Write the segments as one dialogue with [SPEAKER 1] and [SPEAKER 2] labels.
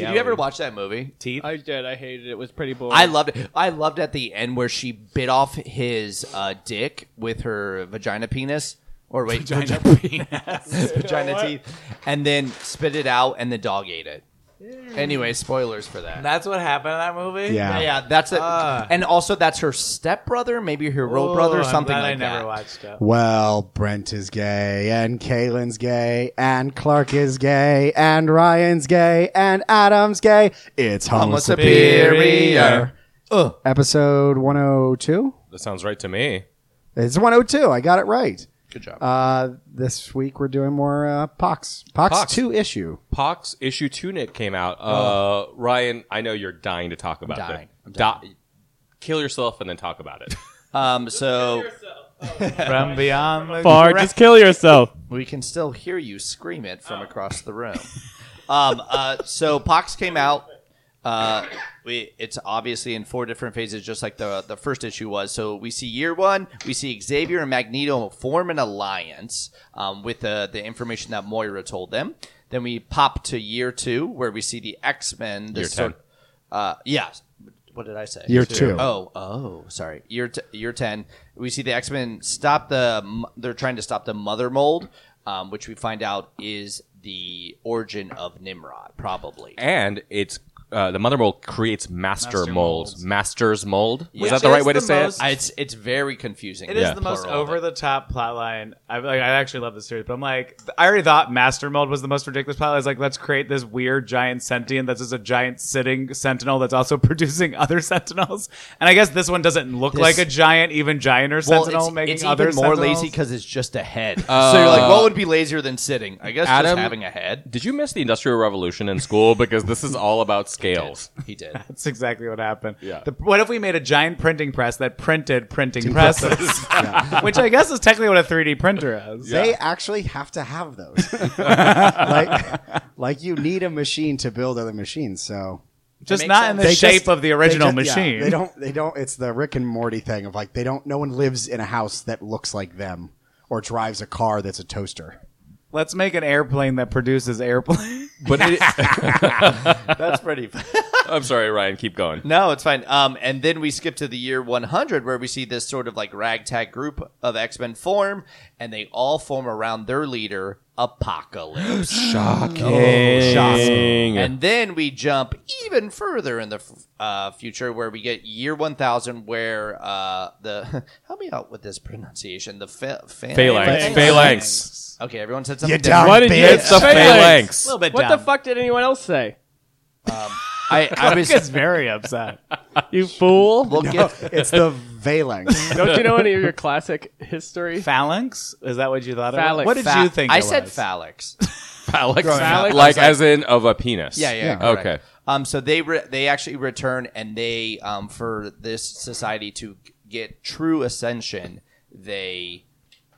[SPEAKER 1] Did you ever watch that movie?
[SPEAKER 2] Teeth?
[SPEAKER 3] I did. I hated it. It was pretty boring.
[SPEAKER 1] I loved it. I loved at the end where she bit off his uh, dick with her vagina penis. Or wait, vagina, vagina teeth. And then spit it out and the dog ate it. Anyway, spoilers for that.
[SPEAKER 4] That's what happened in that movie.
[SPEAKER 1] yeah,
[SPEAKER 2] Yeah.
[SPEAKER 1] that's it.
[SPEAKER 4] Ah.
[SPEAKER 1] and also, that's her stepbrother, maybe her real
[SPEAKER 4] Ooh,
[SPEAKER 1] brother,
[SPEAKER 4] Oh, I'm
[SPEAKER 1] something
[SPEAKER 4] glad
[SPEAKER 1] like
[SPEAKER 4] I never
[SPEAKER 1] that.
[SPEAKER 4] watched it.
[SPEAKER 2] Well, Brent is gay, and Kaylin's gay, and Clark is gay, and Ryan's gay, and Adam's gay. It's Homo
[SPEAKER 1] Almost
[SPEAKER 2] Sapien.
[SPEAKER 1] superior. Ugh.
[SPEAKER 2] Episode 102?
[SPEAKER 5] That sounds right to me.
[SPEAKER 2] It's 102. I got it right.
[SPEAKER 1] Good job.
[SPEAKER 2] Uh, this week we're doing more uh, Pox. Pox,
[SPEAKER 5] Pox.
[SPEAKER 2] 2 issue.
[SPEAKER 5] Pox issue two Nick came out. Uh, Ryan, I know you're dying to talk about
[SPEAKER 1] dying. I'm
[SPEAKER 5] that. Di- kill yourself and then talk about it.
[SPEAKER 1] um, so
[SPEAKER 4] Oh. From beyond the
[SPEAKER 3] Far, just kill yourself.
[SPEAKER 1] we can still hear you scream it from across the room. um, uh, so Pox came out. Uh, we, it's obviously in four different phases, just like the the first issue was. So we see year one, we see Xavier and Magneto form an alliance um, with the the information that Moira told them. Then we pop to year two, where we see the X Men.
[SPEAKER 5] Year
[SPEAKER 1] Uh, yeah. What did I say?
[SPEAKER 2] Year two.
[SPEAKER 1] Oh, oh, sorry. Year t- year ten. We see the X Men stop the. m- They're trying to stop the mother mold, um, which we find out is the origin of Nimrod, probably.
[SPEAKER 5] and it's uh, the mother mold creates
[SPEAKER 4] Master
[SPEAKER 5] master, molds.
[SPEAKER 4] molds.
[SPEAKER 5] Masters mold.
[SPEAKER 1] Which
[SPEAKER 5] Was that the right
[SPEAKER 4] is
[SPEAKER 5] way to
[SPEAKER 4] the
[SPEAKER 5] say
[SPEAKER 4] most-
[SPEAKER 5] it?
[SPEAKER 1] I, it's it's very confusing.
[SPEAKER 4] It is
[SPEAKER 5] Yeah.
[SPEAKER 4] the most
[SPEAKER 1] Plural of
[SPEAKER 4] over
[SPEAKER 1] it.
[SPEAKER 4] the top plot line. I, like, I actually love this series, but I'm like, I already thought Master Mold was the most ridiculous plot. I was like, let's create this weird giant sentient that's just a giant sitting sentinel that's also producing other sentinels. And I guess this one doesn't look
[SPEAKER 1] This-
[SPEAKER 4] like a giant, even gianter
[SPEAKER 1] Well,
[SPEAKER 4] sentinel
[SPEAKER 1] it's,
[SPEAKER 4] making
[SPEAKER 1] it's
[SPEAKER 4] other
[SPEAKER 1] even more lazy
[SPEAKER 4] sentinels.
[SPEAKER 1] because it's just a head. Uh, so you're like, what would be lazier than sitting? I guess just
[SPEAKER 5] Adam-
[SPEAKER 1] having a head.
[SPEAKER 5] Did you miss the Industrial Revolution in school? Because this is all about scales.
[SPEAKER 1] He did.
[SPEAKER 4] That's exactly what happened.
[SPEAKER 5] Yeah.
[SPEAKER 4] The, what if we made a giant printing press that printed printing presses? Which I guess is technically what a 3D printer is.
[SPEAKER 2] They actually have to have those. like, like you need a machine to build other machines. So
[SPEAKER 4] Just
[SPEAKER 1] makes
[SPEAKER 4] not in the
[SPEAKER 1] sense.
[SPEAKER 2] They
[SPEAKER 4] shape
[SPEAKER 2] just-
[SPEAKER 4] of the
[SPEAKER 2] they
[SPEAKER 4] original
[SPEAKER 2] just- yeah,
[SPEAKER 4] machine.
[SPEAKER 2] they don't. They don't. It's the Rick and Morty thing of like they don't. No one lives in a house that looks like them or drives a car that's a toaster.
[SPEAKER 4] Let's make an airplane that produces airplanes.
[SPEAKER 5] But it,
[SPEAKER 1] That's pretty. Fun.
[SPEAKER 5] I'm sorry, Ryan. Keep going.
[SPEAKER 1] No, it's fine. Um, and then we skip to the year 100, where we see this sort of like ragtag group of X Men form, and they all form around their leader, Apocalypse. Shocking. shocking. And then we jump even further in the f- uh, future, where we get year 1000, where uh, the help me out with this pronunciation. The fa- fa-
[SPEAKER 3] Phalanx.
[SPEAKER 5] Phalanx. Phalanx.
[SPEAKER 1] Okay, everyone said something.
[SPEAKER 2] You
[SPEAKER 1] different.
[SPEAKER 2] dumb
[SPEAKER 3] What did you
[SPEAKER 2] bitch.
[SPEAKER 5] It's the
[SPEAKER 3] Phalanx.
[SPEAKER 5] phalanx.
[SPEAKER 4] A little bit
[SPEAKER 3] What
[SPEAKER 4] dumb.
[SPEAKER 3] the fuck did anyone else say?
[SPEAKER 1] I, I was.
[SPEAKER 4] It's very upset.
[SPEAKER 3] You fool!
[SPEAKER 1] We'll get,
[SPEAKER 2] It's the phalanx.
[SPEAKER 3] Don't you know any of your classic history?
[SPEAKER 4] Phalanx? Is that what you thought? it was?
[SPEAKER 3] Phallic.
[SPEAKER 4] What did
[SPEAKER 1] Fa-
[SPEAKER 4] you think?
[SPEAKER 1] I
[SPEAKER 4] it
[SPEAKER 1] said
[SPEAKER 4] was?
[SPEAKER 1] phalanx.
[SPEAKER 5] Phalanx.
[SPEAKER 3] Phalanx.
[SPEAKER 5] Like as in of a penis.
[SPEAKER 1] Yeah, yeah.
[SPEAKER 2] Yeah.
[SPEAKER 1] correct.
[SPEAKER 5] Okay.
[SPEAKER 1] Um, so they re- they actually return, and they um, for this society to g- get true ascension, they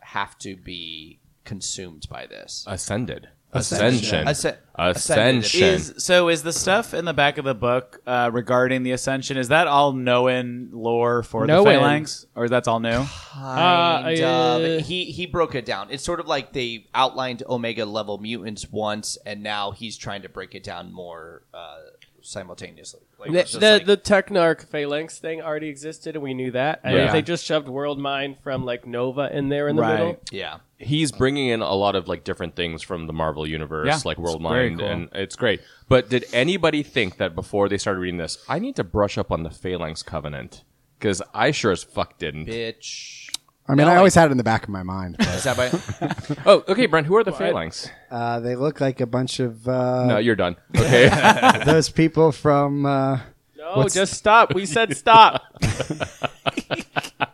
[SPEAKER 1] have to be consumed by
[SPEAKER 3] Uh,
[SPEAKER 1] this.
[SPEAKER 5] Ascended.
[SPEAKER 1] Ascension.
[SPEAKER 5] Ascension.
[SPEAKER 1] Asce-
[SPEAKER 5] Ascension.
[SPEAKER 4] Is so? Is the stuff in the back of the book uh, regarding the ascension? Is that all known lore for the
[SPEAKER 3] Known.
[SPEAKER 4] phalanx, or that's all new?
[SPEAKER 1] Kind of.
[SPEAKER 3] Uh, uh,
[SPEAKER 1] he he broke it down. It's sort of like they outlined Omega level mutants once, and now he's trying to break it down more uh, simultaneously. Like,
[SPEAKER 3] The,
[SPEAKER 1] it's just
[SPEAKER 3] the,
[SPEAKER 1] like-
[SPEAKER 3] the Technarch phalanx thing already existed, and we knew that. And
[SPEAKER 5] Yeah.
[SPEAKER 3] if they just shoved World Mind from like Nova in there in the
[SPEAKER 4] Right.
[SPEAKER 3] middle,
[SPEAKER 1] yeah.
[SPEAKER 5] he's bringing in a lot of like different things from the Marvel universe,
[SPEAKER 4] Yeah.
[SPEAKER 5] like World
[SPEAKER 4] It's very
[SPEAKER 5] Mind,
[SPEAKER 4] cool.
[SPEAKER 5] and it's great. But did anybody think that before they started reading this, I need to brush up on the Phalanx Covenant because I sure as fuck didn't.
[SPEAKER 1] Bitch.
[SPEAKER 2] I mean, I always had it in the back of my mind. but,
[SPEAKER 1] Is that by-
[SPEAKER 5] Oh, okay, Brent. Who are the Phalanx?
[SPEAKER 2] uh, they look like a bunch of uh,
[SPEAKER 5] No, you're done. Okay,
[SPEAKER 2] those people from. Uh,
[SPEAKER 3] no,
[SPEAKER 2] What's-
[SPEAKER 3] Oh, just stop. We said stop.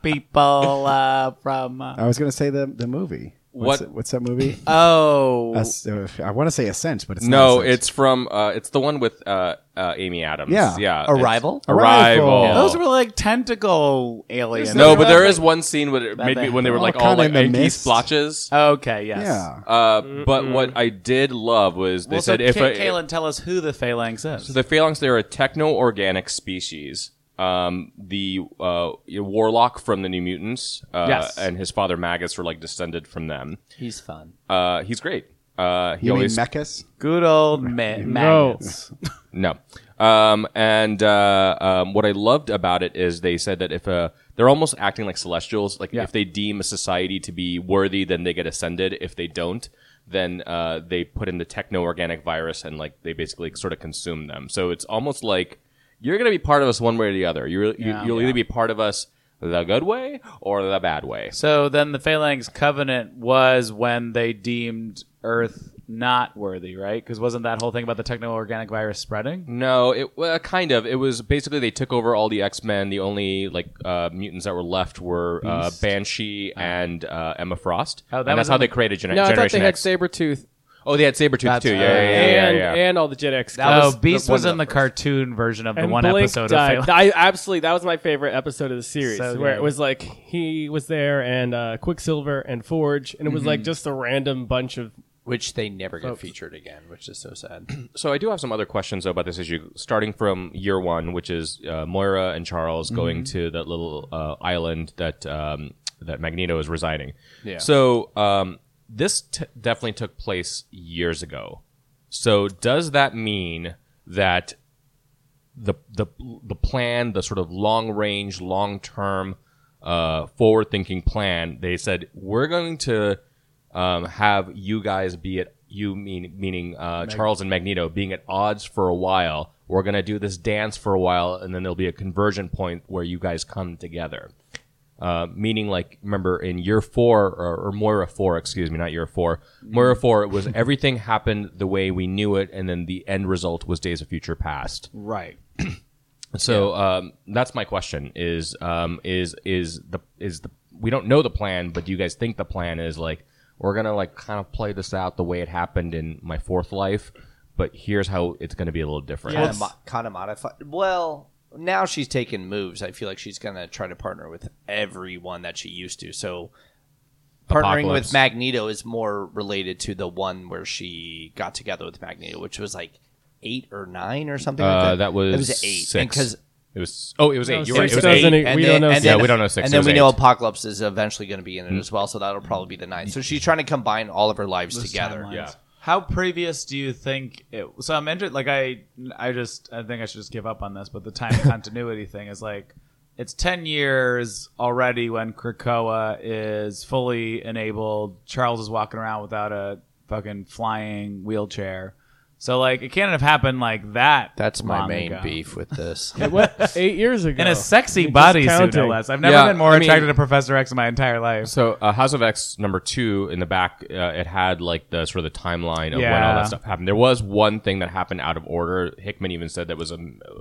[SPEAKER 4] People uh, from uh,
[SPEAKER 2] I was going to say the the movie. What's
[SPEAKER 5] What-
[SPEAKER 2] it- what's that movie?
[SPEAKER 4] oh,
[SPEAKER 2] As- uh, I want to say Ascent, but it's
[SPEAKER 5] no,
[SPEAKER 2] Not Ascent.
[SPEAKER 5] it's from uh, it's the one with uh, uh, Amy Adams.
[SPEAKER 2] Yeah.
[SPEAKER 5] yeah,
[SPEAKER 1] Arrival?
[SPEAKER 5] It's- Arrival.
[SPEAKER 2] Arrival.
[SPEAKER 4] those were like tentacle aliens.
[SPEAKER 5] no, but there is one scene where it made me, when they were
[SPEAKER 2] All
[SPEAKER 5] like all
[SPEAKER 2] kinda
[SPEAKER 5] like
[SPEAKER 2] in the
[SPEAKER 5] inky
[SPEAKER 2] mist.
[SPEAKER 5] splotches.
[SPEAKER 4] Okay, yes.
[SPEAKER 2] yeah.
[SPEAKER 5] Uh, but what I did love was they
[SPEAKER 4] Well,
[SPEAKER 5] said
[SPEAKER 4] so
[SPEAKER 5] if
[SPEAKER 4] Ka-
[SPEAKER 5] a,
[SPEAKER 4] Kaylin, tell us who the phalanx is.
[SPEAKER 5] So the phalanx, they're a techno-organic species. Um, the uh, warlock from the New Mutants, uh,
[SPEAKER 4] Yes.
[SPEAKER 5] and his father Magus were like descended from them.
[SPEAKER 1] he's fun.
[SPEAKER 5] Uh, he's great. Uh, he
[SPEAKER 2] You mean
[SPEAKER 5] always
[SPEAKER 2] Mechas?
[SPEAKER 4] Good old man.
[SPEAKER 3] No.
[SPEAKER 5] No. Um, and uh, um, what I loved about it is they said that if uh, they're almost acting like celestials, like if they deem a society to be worthy, then they get ascended. If they don't, then uh, they put in the techno organic virus and like they basically sort of consume them. So it's almost like you're going to be part of us one way or the other. You're,
[SPEAKER 4] Yeah.
[SPEAKER 5] you, you'll either be part of us the good way or the bad way.
[SPEAKER 4] So then the Phalanx Covenant was when they deemed Earth not worthy, right? Because wasn't that whole thing about the techno organic virus spreading?
[SPEAKER 5] No, it well, kind of. It was basically they took over all the X Men. The only like uh, mutants that were left were uh, Banshee and uh, Emma Frost.
[SPEAKER 4] Oh, that
[SPEAKER 5] and
[SPEAKER 4] was
[SPEAKER 5] that's how
[SPEAKER 4] in the-
[SPEAKER 5] they created gener-
[SPEAKER 3] No, I thought
[SPEAKER 5] Generation
[SPEAKER 3] they had
[SPEAKER 5] X.
[SPEAKER 3] Sabretooth
[SPEAKER 5] oh, they had Sabretooth
[SPEAKER 4] That's
[SPEAKER 5] too. Yeah,
[SPEAKER 4] right.
[SPEAKER 5] yeah, yeah, yeah,
[SPEAKER 3] and
[SPEAKER 5] yeah.
[SPEAKER 3] and all the Gen X.
[SPEAKER 4] Oh,
[SPEAKER 3] guys.
[SPEAKER 4] Beast
[SPEAKER 1] one
[SPEAKER 4] was
[SPEAKER 1] of
[SPEAKER 4] in
[SPEAKER 1] the
[SPEAKER 4] the cartoon version of the
[SPEAKER 3] And
[SPEAKER 4] one
[SPEAKER 3] Blink
[SPEAKER 4] episode
[SPEAKER 3] died.
[SPEAKER 4] of Phalanx.
[SPEAKER 3] I absolutely that was my favorite episode of the series
[SPEAKER 4] So
[SPEAKER 3] where
[SPEAKER 4] good.
[SPEAKER 3] it was like he was there and uh, Quicksilver and Forge and it was like just a random bunch of
[SPEAKER 1] which they never get featured again, which is so sad.
[SPEAKER 5] So I do have some other questions though about this issue, starting from year one, which is uh, Moira and Charles
[SPEAKER 3] Mm-hmm.
[SPEAKER 5] going to that little uh, island that um, that Magneto is residing.
[SPEAKER 1] Yeah.
[SPEAKER 5] So um, this t- definitely took place years ago. So does that mean that the the the plan, the sort of long range, long term, uh, forward thinking plan. They said we're going to um, have you guys be at you mean meaning uh, Charles and Magneto being at odds for a while. We're gonna do this dance for a while, and then there'll be a conversion point where you guys come together. Uh, meaning, like, remember in year four or, or Moira four, excuse me, not year four, Moira four, it was everything happened the way we knew it, and then the end result was Days of Future Past.
[SPEAKER 4] right.
[SPEAKER 5] So um, that's my question: is um, is is the is the we don't know the plan, but do you guys think the plan is like we're gonna like kind of play this out the way it happened in my fourth life, but here's how it's gonna be a little different.
[SPEAKER 1] Kind of, mo- kind of modified. Well, now she's taking moves. I feel like she's gonna try to partner with everyone that she used to. So partnering
[SPEAKER 5] Apocalypse.
[SPEAKER 1] with Magneto is more related to the one where she got together with Magneto, which was like eight or nine or something. like
[SPEAKER 5] uh,
[SPEAKER 1] that.
[SPEAKER 5] that was
[SPEAKER 1] it was eight
[SPEAKER 5] six.
[SPEAKER 1] because.
[SPEAKER 5] it was oh, it was eight. You're right. It
[SPEAKER 3] six
[SPEAKER 5] was eight.
[SPEAKER 3] doesn't e- we don't know
[SPEAKER 5] Yeah, we don't know six,
[SPEAKER 1] And
[SPEAKER 5] it
[SPEAKER 1] then
[SPEAKER 5] was
[SPEAKER 1] we know
[SPEAKER 5] eight. Hmm.
[SPEAKER 1] Apocalypse is eventually going to be in it as well, so that'll probably be the ninth. So she's trying to combine all of her lives together.
[SPEAKER 5] Yeah.
[SPEAKER 4] How previous do you think it? So I'm interested. Like I, I just I think I should just give up on this. But the time continuity thing is like, it's ten years already when Krakoa is fully enabled. Charles is walking around without a fucking flying wheelchair. So like, it can't have happened like that.
[SPEAKER 1] That's my
[SPEAKER 4] long
[SPEAKER 1] main
[SPEAKER 4] ago.
[SPEAKER 1] beef with this.
[SPEAKER 3] what eight years ago
[SPEAKER 4] In a sexy
[SPEAKER 3] Just
[SPEAKER 4] bodysuit,
[SPEAKER 3] counting.
[SPEAKER 4] no less. I've never
[SPEAKER 5] Yeah,
[SPEAKER 4] been more
[SPEAKER 5] I mean-
[SPEAKER 4] attracted to Professor X in my entire life.
[SPEAKER 5] So uh, House of X number two in the back, uh, it had like the sort of the timeline of when all
[SPEAKER 4] Yeah.
[SPEAKER 5] that stuff happened. There was one thing that happened out of order. Hickman even said that was a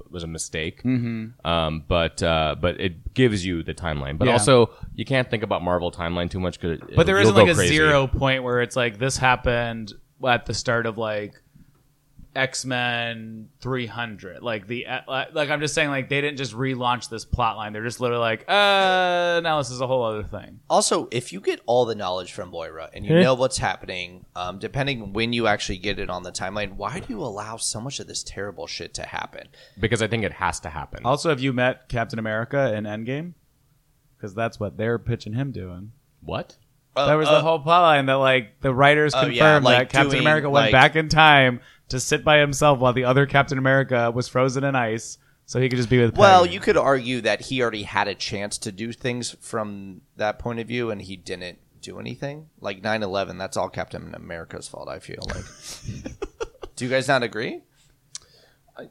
[SPEAKER 5] was a mistake. Mm-hmm. Um, but uh, but it gives you the timeline. But
[SPEAKER 4] Yeah.
[SPEAKER 5] also you can't think about Marvel timeline too much because
[SPEAKER 4] But there isn't like a zero point where it's like this happened at the start of like X Men 300. Like the uh, like I'm just saying like they didn't just relaunch this plot line. They're just literally like, uh, now this is a whole other thing.
[SPEAKER 1] Also, if you get all the knowledge from Moira and you know what's happening, um, depending when you actually get it on the timeline, why do you allow so much of this terrible shit to happen?
[SPEAKER 5] because I think it has to happen.
[SPEAKER 4] Also, have you met Captain America in Endgame? Because that's what they're pitching him doing.
[SPEAKER 5] what?
[SPEAKER 1] Uh,
[SPEAKER 4] That was the
[SPEAKER 1] uh,
[SPEAKER 4] whole plot line that like the writers
[SPEAKER 1] Oh,
[SPEAKER 4] confirmed
[SPEAKER 1] yeah, like
[SPEAKER 4] that Captain
[SPEAKER 1] doing,
[SPEAKER 4] America went
[SPEAKER 1] like-
[SPEAKER 4] back in time to sit by himself while the other Captain America was frozen in ice, so he could just be with.
[SPEAKER 1] Well,
[SPEAKER 4] Peggy.
[SPEAKER 1] you could argue that he already had a chance to do things from that point of view and he didn't do anything. Like 9 11, that's all Captain America's fault, I feel like. do you guys not agree?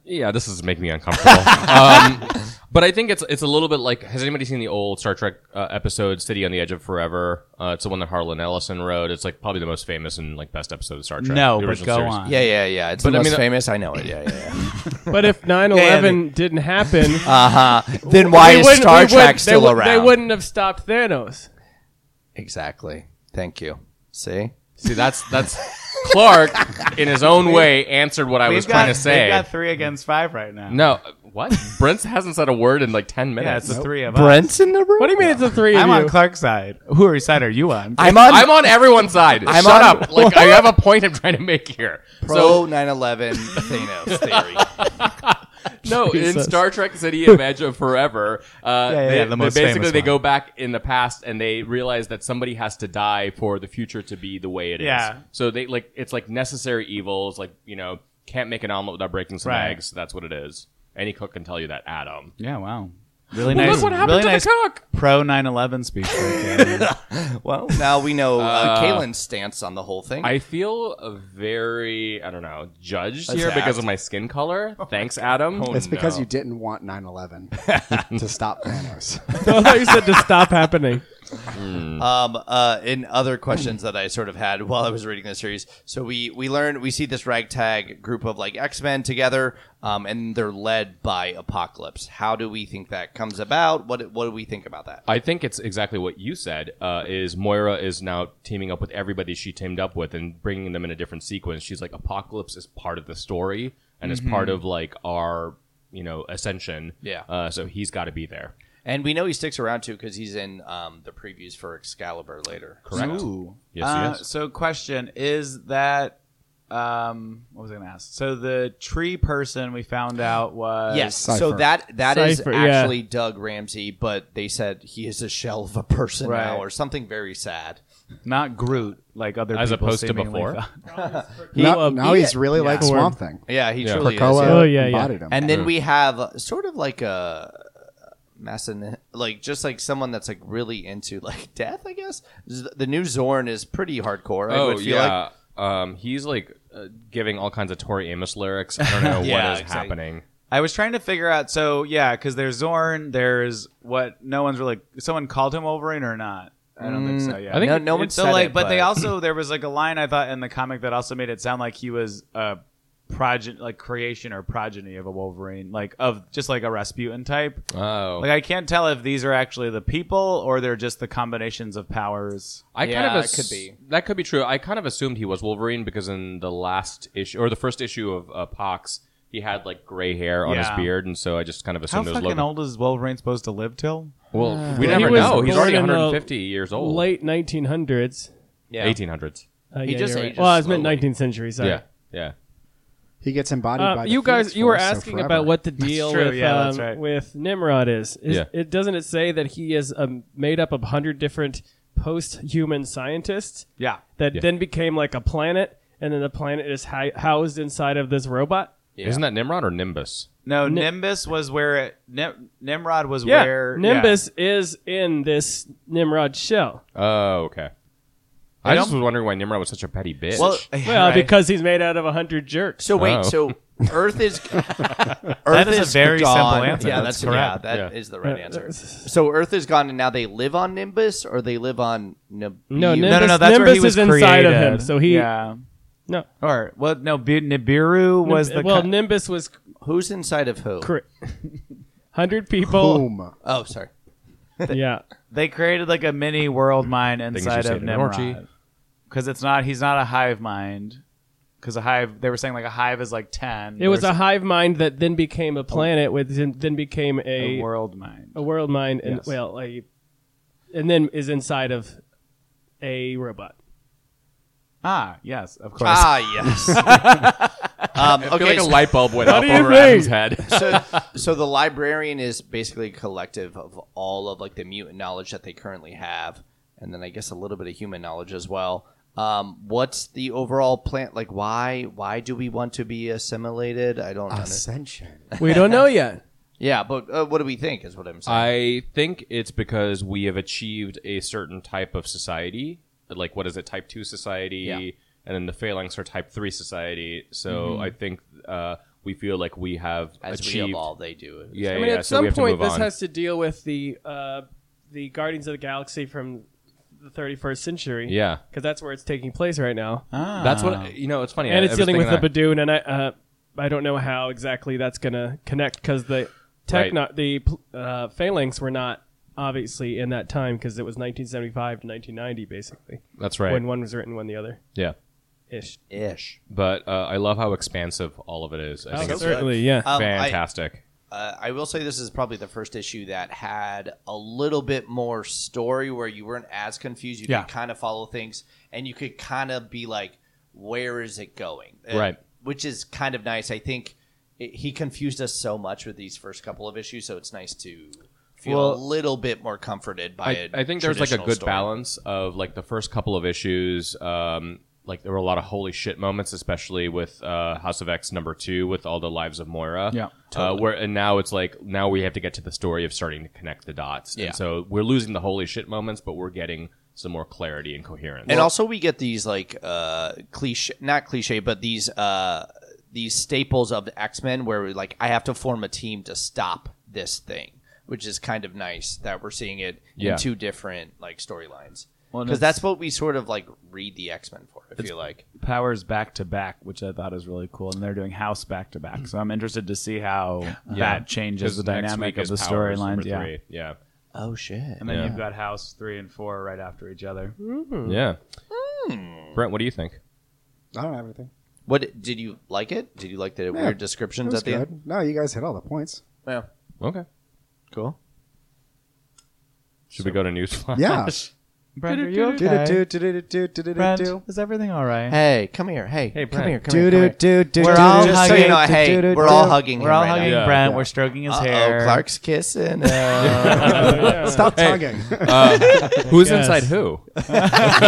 [SPEAKER 5] Yeah, this is making me uncomfortable. um, but I think it's it's a little bit like has anybody seen the old Star Trek uh, episode City on the Edge of Forever? Uh, it's the one that Harlan Ellison wrote. It's like probably the most famous and like best episode of Star Trek.
[SPEAKER 4] No,
[SPEAKER 5] the
[SPEAKER 4] but
[SPEAKER 5] original
[SPEAKER 4] go
[SPEAKER 5] series.
[SPEAKER 4] on.
[SPEAKER 1] Yeah, yeah, yeah. It's the
[SPEAKER 5] I
[SPEAKER 1] most
[SPEAKER 5] mean, uh,
[SPEAKER 1] famous. I know it. Yeah, yeah, yeah.
[SPEAKER 3] but if 9-11 didn't happen
[SPEAKER 1] Uh huh. Then why
[SPEAKER 3] they
[SPEAKER 1] is
[SPEAKER 3] wouldn't-
[SPEAKER 1] Star
[SPEAKER 3] they wouldn't-
[SPEAKER 1] Trek
[SPEAKER 3] they
[SPEAKER 1] still
[SPEAKER 3] wou-
[SPEAKER 1] around?
[SPEAKER 3] they wouldn't have stopped Thanos
[SPEAKER 1] Exactly. Thank you. See?
[SPEAKER 5] See, that's that's Clark in his own way answered what I was
[SPEAKER 4] We've
[SPEAKER 5] trying
[SPEAKER 4] got-
[SPEAKER 5] to say.
[SPEAKER 4] We've got three against five right now.
[SPEAKER 5] no, what? Brent hasn't said a word in like ten minutes.
[SPEAKER 4] yeah, it's the three of us.
[SPEAKER 1] Brent's in the room?
[SPEAKER 3] what do you mean it's the three
[SPEAKER 4] I'm
[SPEAKER 3] of
[SPEAKER 4] on
[SPEAKER 3] you
[SPEAKER 4] Clark's side. Who are side are you on?
[SPEAKER 1] I'm on.
[SPEAKER 5] I'm on everyone's side. Shut
[SPEAKER 1] on-
[SPEAKER 5] up! Like I have a point I'm trying to make here.
[SPEAKER 1] pro 9/11 Thanos theory.
[SPEAKER 6] No, in
[SPEAKER 3] Jesus.
[SPEAKER 6] Star Trek City of Edge of Forever, uh,
[SPEAKER 3] yeah,
[SPEAKER 6] they-
[SPEAKER 3] yeah, the
[SPEAKER 6] they
[SPEAKER 4] most
[SPEAKER 6] basically
[SPEAKER 4] famous
[SPEAKER 6] they
[SPEAKER 4] one.
[SPEAKER 6] go back in the past and they realize that somebody has to die for the future to be the way it is.
[SPEAKER 4] Yeah.
[SPEAKER 6] So they like it's like necessary evils, like you know can't make an omelet without breaking some
[SPEAKER 4] Right.
[SPEAKER 6] eggs. That's what it is. Any cook can tell you that, Adam.
[SPEAKER 4] Yeah, wow. Really
[SPEAKER 6] Well,
[SPEAKER 4] nice.
[SPEAKER 6] look what happened
[SPEAKER 4] really
[SPEAKER 6] to the
[SPEAKER 4] nice
[SPEAKER 6] cook!
[SPEAKER 4] Pro 9/11 speech. Right there.
[SPEAKER 1] Well, now we know uh, Kaylin's stance on the whole thing.
[SPEAKER 6] I feel uh, very I don't know judged
[SPEAKER 1] Attacked.
[SPEAKER 6] here because of my skin color.
[SPEAKER 4] Oh
[SPEAKER 6] Thanks, Adam.
[SPEAKER 2] It's because you didn't want 9 11 to stop Thanos.
[SPEAKER 3] I thought you said to stop happening.
[SPEAKER 1] Um, uh, in other questions that I sort of had while I was reading the series, so we we learn we see this ragtag group of like X Men together, um, and they're led by Apocalypse. How do we think that comes about? What what do we think about that?
[SPEAKER 5] I think it's exactly what you said. Uh, is Moira is now teaming up with everybody she teamed up with and bringing them in a different sequence. She's like, Apocalypse is part of the story and is part of like our you know ascension.
[SPEAKER 1] Yeah.
[SPEAKER 5] Uh, so he's got to be there.
[SPEAKER 1] And we know he sticks around too because he's in um, the previews for Excalibur later.
[SPEAKER 5] Correct.
[SPEAKER 4] Ooh.
[SPEAKER 5] Yes,
[SPEAKER 4] Uh,
[SPEAKER 5] yes.
[SPEAKER 4] So, question is that. Um, what was I going to ask? So the tree person we found out was
[SPEAKER 1] Yes, so
[SPEAKER 2] Cypher.
[SPEAKER 1] that that is
[SPEAKER 3] Cypher, yeah.
[SPEAKER 1] actually Doug Ramsey, but they said he is a shell of a person
[SPEAKER 4] Right.
[SPEAKER 1] now, or something very sad.
[SPEAKER 4] not Groot like other
[SPEAKER 5] As
[SPEAKER 4] people
[SPEAKER 5] opposed to
[SPEAKER 4] seemingly
[SPEAKER 5] before?
[SPEAKER 4] thought.
[SPEAKER 2] now
[SPEAKER 3] well,
[SPEAKER 2] now
[SPEAKER 3] he-
[SPEAKER 2] he's really like
[SPEAKER 3] Korg.
[SPEAKER 2] Swamp Thing.
[SPEAKER 1] Yeah, he
[SPEAKER 5] Yeah.
[SPEAKER 1] truly is.
[SPEAKER 2] Krakoa
[SPEAKER 1] yeah.
[SPEAKER 3] Oh, yeah, yeah.
[SPEAKER 2] embodied him.
[SPEAKER 1] And then we have uh, sort of like a Masson, like just like someone that's like really into like death. I guess Z- the new Zorn is pretty hardcore. I
[SPEAKER 5] Oh
[SPEAKER 1] would feel like.
[SPEAKER 5] yeah. Um, he's like uh, giving all kinds of Tori Amos lyrics. I don't know
[SPEAKER 1] Yeah,
[SPEAKER 5] what is
[SPEAKER 1] exactly.
[SPEAKER 5] happening.
[SPEAKER 4] I was trying to figure out. So yeah, because there's Zorn. There's what no one's really. Someone called him Wolverine or not? I don't think so. Yeah,
[SPEAKER 5] Mm, I think
[SPEAKER 1] Mm, no, no one
[SPEAKER 4] so
[SPEAKER 1] said
[SPEAKER 4] like,
[SPEAKER 1] it,
[SPEAKER 4] but, they also there was like a line I thought in the comic that also made it sound like he was a progeny, like creation or progeny of a Wolverine, like of just like a Rasputin type.
[SPEAKER 5] Oh,
[SPEAKER 4] Like I can't tell if these are actually the people or they're just the combinations of powers.
[SPEAKER 5] I
[SPEAKER 1] Yeah,
[SPEAKER 5] kind of
[SPEAKER 1] it could be.
[SPEAKER 5] that could be true. I kind of assumed he was Wolverine because in the last issue or the first issue of uh, Pox, he had like gray hair on his
[SPEAKER 4] Yeah.
[SPEAKER 5] beard, and so I just kind of
[SPEAKER 4] How
[SPEAKER 5] assumed it was
[SPEAKER 4] fucking
[SPEAKER 5] Logan.
[SPEAKER 4] old is Wolverine supposed to live till?
[SPEAKER 5] Well, we
[SPEAKER 3] He
[SPEAKER 5] never
[SPEAKER 3] was
[SPEAKER 5] know. He's already
[SPEAKER 3] born in the
[SPEAKER 5] 150 years old.
[SPEAKER 3] Late 1900s.
[SPEAKER 1] yeah.
[SPEAKER 5] 1800s.
[SPEAKER 3] Uh,
[SPEAKER 1] He
[SPEAKER 3] yeah,
[SPEAKER 1] just
[SPEAKER 3] you're right.
[SPEAKER 1] ages
[SPEAKER 3] Well, I meant
[SPEAKER 1] slowly.
[SPEAKER 3] 19th century. Sorry.
[SPEAKER 5] Yeah, yeah.
[SPEAKER 2] he gets embodied
[SPEAKER 3] Uh,
[SPEAKER 2] by the
[SPEAKER 3] you guys,
[SPEAKER 2] Phoenix
[SPEAKER 3] you were
[SPEAKER 2] Force, so
[SPEAKER 3] asking
[SPEAKER 2] forever.
[SPEAKER 3] about what the deal
[SPEAKER 4] true,
[SPEAKER 3] with,
[SPEAKER 4] yeah,
[SPEAKER 3] um,
[SPEAKER 4] that's right.
[SPEAKER 3] with Nimrod is. is
[SPEAKER 5] Yeah.
[SPEAKER 3] It doesn't it say that he is um, made up of hundred different post-human scientists
[SPEAKER 4] Yeah.
[SPEAKER 3] that
[SPEAKER 5] Yeah.
[SPEAKER 3] then became like a planet, and then the planet is hi- housed inside of this robot.
[SPEAKER 5] Isn't that Nimrod or Nimbus?
[SPEAKER 4] No, Nimbus was where it, Nim- Nimrod was
[SPEAKER 3] Yeah,
[SPEAKER 4] where
[SPEAKER 3] Nimbus is in this Nimrod shell.
[SPEAKER 5] Oh, okay. I, just
[SPEAKER 4] don't-
[SPEAKER 5] was wondering why Nimrod was such a petty
[SPEAKER 4] Yeah.
[SPEAKER 5] bitch.
[SPEAKER 4] Well,
[SPEAKER 3] Well,
[SPEAKER 4] right.
[SPEAKER 3] because he's made out of a hundred jerks.
[SPEAKER 1] So wait,
[SPEAKER 5] Oh.
[SPEAKER 1] so Earth is Earth
[SPEAKER 4] is a very
[SPEAKER 1] gone.
[SPEAKER 4] simple answer.
[SPEAKER 1] Yeah,
[SPEAKER 4] That's
[SPEAKER 1] that's,
[SPEAKER 4] correct.
[SPEAKER 1] Yeah, that is
[SPEAKER 5] Yeah.
[SPEAKER 1] the right answer.
[SPEAKER 3] Uh,
[SPEAKER 1] So Earth is gone, and now they live on Nimbus, or they live on Nib-
[SPEAKER 3] No,
[SPEAKER 1] you-
[SPEAKER 3] Nim-
[SPEAKER 4] no, no, no.
[SPEAKER 3] Nimbus-
[SPEAKER 4] That's where he
[SPEAKER 3] Nimbus
[SPEAKER 4] was
[SPEAKER 3] is inside of him,
[SPEAKER 4] created.
[SPEAKER 3] so he-
[SPEAKER 4] yeah.
[SPEAKER 3] no,
[SPEAKER 4] Or well, no, Bu- Nibiru was the
[SPEAKER 3] well
[SPEAKER 4] co-
[SPEAKER 3] Nimbus was
[SPEAKER 1] who's inside of who?
[SPEAKER 3] hundred people.
[SPEAKER 2] Boom.
[SPEAKER 1] Oh, sorry.
[SPEAKER 3] yeah,
[SPEAKER 4] they created like a mini world mind
[SPEAKER 5] you
[SPEAKER 4] inside
[SPEAKER 5] say
[SPEAKER 4] of
[SPEAKER 5] to an orgy.
[SPEAKER 4] Nimrod. Because it's not he's not a hive mind. Because a hive, they were saying like a hive is like ten.
[SPEAKER 3] it was
[SPEAKER 4] There's
[SPEAKER 3] a hive mind that then became a planet, which then- then became
[SPEAKER 4] a
[SPEAKER 3] a
[SPEAKER 4] world mind.
[SPEAKER 3] a world mind and
[SPEAKER 4] Yes.
[SPEAKER 3] well a, and then is inside of a robot
[SPEAKER 4] Ah, yes, of course.
[SPEAKER 1] Ah, yes. um,
[SPEAKER 5] I feel
[SPEAKER 1] okay,
[SPEAKER 5] like
[SPEAKER 1] so-
[SPEAKER 5] a light bulb went
[SPEAKER 3] What
[SPEAKER 5] off
[SPEAKER 3] do you
[SPEAKER 5] over
[SPEAKER 3] think?
[SPEAKER 5] Adam's head.
[SPEAKER 1] so, so the librarian is basically a collective of all of like the mutant knowledge that they currently have, and then I guess a little bit of human knowledge as well. Um, what's the overall plan? Like, why why do we want to be assimilated? I don't. understand.
[SPEAKER 2] Ascension.
[SPEAKER 3] we don't know yet
[SPEAKER 1] Yeah, but uh, what do we think? Is what I'm saying.
[SPEAKER 5] I think it's because we have achieved a certain type of society. Like, what is it? Type 2 society.
[SPEAKER 1] Yeah.
[SPEAKER 5] And then the phalanx are type 3 society. So I think uh, we feel like we have
[SPEAKER 1] Mm-hmm. As
[SPEAKER 5] achieved.
[SPEAKER 1] we evolve, they do. it.
[SPEAKER 5] Yeah,
[SPEAKER 3] i mean
[SPEAKER 5] yeah,
[SPEAKER 3] at
[SPEAKER 5] so we
[SPEAKER 3] some
[SPEAKER 5] have to
[SPEAKER 3] point
[SPEAKER 5] move
[SPEAKER 3] this
[SPEAKER 5] on.
[SPEAKER 3] has to deal with the uh, the guardians of the galaxy from the 31st century
[SPEAKER 5] Yeah.
[SPEAKER 3] because that's where it's taking place right now
[SPEAKER 4] Ah.
[SPEAKER 5] That's what, you know, it's funny.
[SPEAKER 3] and
[SPEAKER 5] I-
[SPEAKER 3] it's
[SPEAKER 5] I was
[SPEAKER 3] dealing with
[SPEAKER 5] thinking
[SPEAKER 3] the
[SPEAKER 5] that.
[SPEAKER 3] Badoon, and i uh, i don't know how exactly that's gonna connect because the techno the pl- uh, phalanx were not obviously in that time because it was 1975 to 1990 basically
[SPEAKER 5] That's right.
[SPEAKER 3] when one was written when the other
[SPEAKER 5] yeah.
[SPEAKER 3] ish
[SPEAKER 1] Ish.
[SPEAKER 5] But uh, I love how expansive all of it is. I think it's
[SPEAKER 3] certainly yeah
[SPEAKER 1] Oh, Um, I-
[SPEAKER 5] fantastic.
[SPEAKER 1] Uh, I will say this is probably the first issue that had a little bit more story where you weren't as confused. You
[SPEAKER 4] Yeah.
[SPEAKER 1] could kind of follow things and you could kind of be like, where is it going? Uh,
[SPEAKER 5] Right.
[SPEAKER 1] Which is kind of nice. I think it, he confused us so much with these first couple of issues. So it's nice to feel a little bit more comforted by
[SPEAKER 5] I,
[SPEAKER 1] it.
[SPEAKER 5] I think there's like a good balance of like the first couple of issues. Um, like there were a lot of holy shit moments, especially with uh, House of X number two with all the lives of Moira.
[SPEAKER 4] Yeah,
[SPEAKER 5] Uh, where and now it's like now we have to get to the story of starting to connect the dots.
[SPEAKER 1] Yeah.
[SPEAKER 5] And so we're losing the holy shit moments, but we're getting some more clarity and coherence.
[SPEAKER 1] and also we get these like uh cliche not cliche but these uh these staples of the x-men where like i have to form a team to stop this thing which is kind of nice that we're seeing it
[SPEAKER 5] Yeah.
[SPEAKER 1] in two different like storylines
[SPEAKER 4] Well, and
[SPEAKER 1] because
[SPEAKER 4] it's-
[SPEAKER 1] that's what we sort of like read the x-men for i feel like
[SPEAKER 4] powers back to back, which I thought is really cool, and they're doing House back to back. So I'm interested to see how that changes
[SPEAKER 5] 'Cause
[SPEAKER 4] the
[SPEAKER 5] next
[SPEAKER 4] dynamic
[SPEAKER 5] week
[SPEAKER 4] of
[SPEAKER 5] is
[SPEAKER 4] the
[SPEAKER 5] Powers
[SPEAKER 4] storylines.
[SPEAKER 5] number
[SPEAKER 4] Yeah,
[SPEAKER 5] three. yeah,
[SPEAKER 1] oh shit
[SPEAKER 4] and then you've got House three and four right after each other.
[SPEAKER 1] Hmm.
[SPEAKER 5] yeah. Brent, what do you think?
[SPEAKER 2] I don't have anything.
[SPEAKER 1] what did you like it did you like the weird
[SPEAKER 2] It
[SPEAKER 1] descriptions
[SPEAKER 2] was
[SPEAKER 1] at the
[SPEAKER 2] good.
[SPEAKER 1] end
[SPEAKER 2] No, you guys hit all the points.
[SPEAKER 1] yeah
[SPEAKER 5] Okay.
[SPEAKER 1] cool
[SPEAKER 5] Should we go to newsflash?
[SPEAKER 2] Yeah.
[SPEAKER 4] Brent, are
[SPEAKER 2] Do do do do do do do do do.
[SPEAKER 4] is everything all right?
[SPEAKER 1] hey come here hey
[SPEAKER 5] Hey,
[SPEAKER 1] come
[SPEAKER 5] Brent.
[SPEAKER 1] here come
[SPEAKER 2] Do
[SPEAKER 1] here, come
[SPEAKER 2] do
[SPEAKER 1] here.
[SPEAKER 2] do do.
[SPEAKER 4] We're
[SPEAKER 2] do,
[SPEAKER 4] all
[SPEAKER 2] do,
[SPEAKER 1] just so
[SPEAKER 4] hugging.
[SPEAKER 1] you know,
[SPEAKER 2] do, do, do,
[SPEAKER 1] hey, we're
[SPEAKER 2] do.
[SPEAKER 1] all hugging.
[SPEAKER 4] We're
[SPEAKER 1] him
[SPEAKER 4] all
[SPEAKER 1] right now.
[SPEAKER 4] hugging
[SPEAKER 5] Yeah.
[SPEAKER 4] Brent. We're stroking his hair.
[SPEAKER 1] Oh, Clark's kissing. him.
[SPEAKER 2] Stop tugging.
[SPEAKER 5] Who's
[SPEAKER 3] Yes.
[SPEAKER 5] inside who?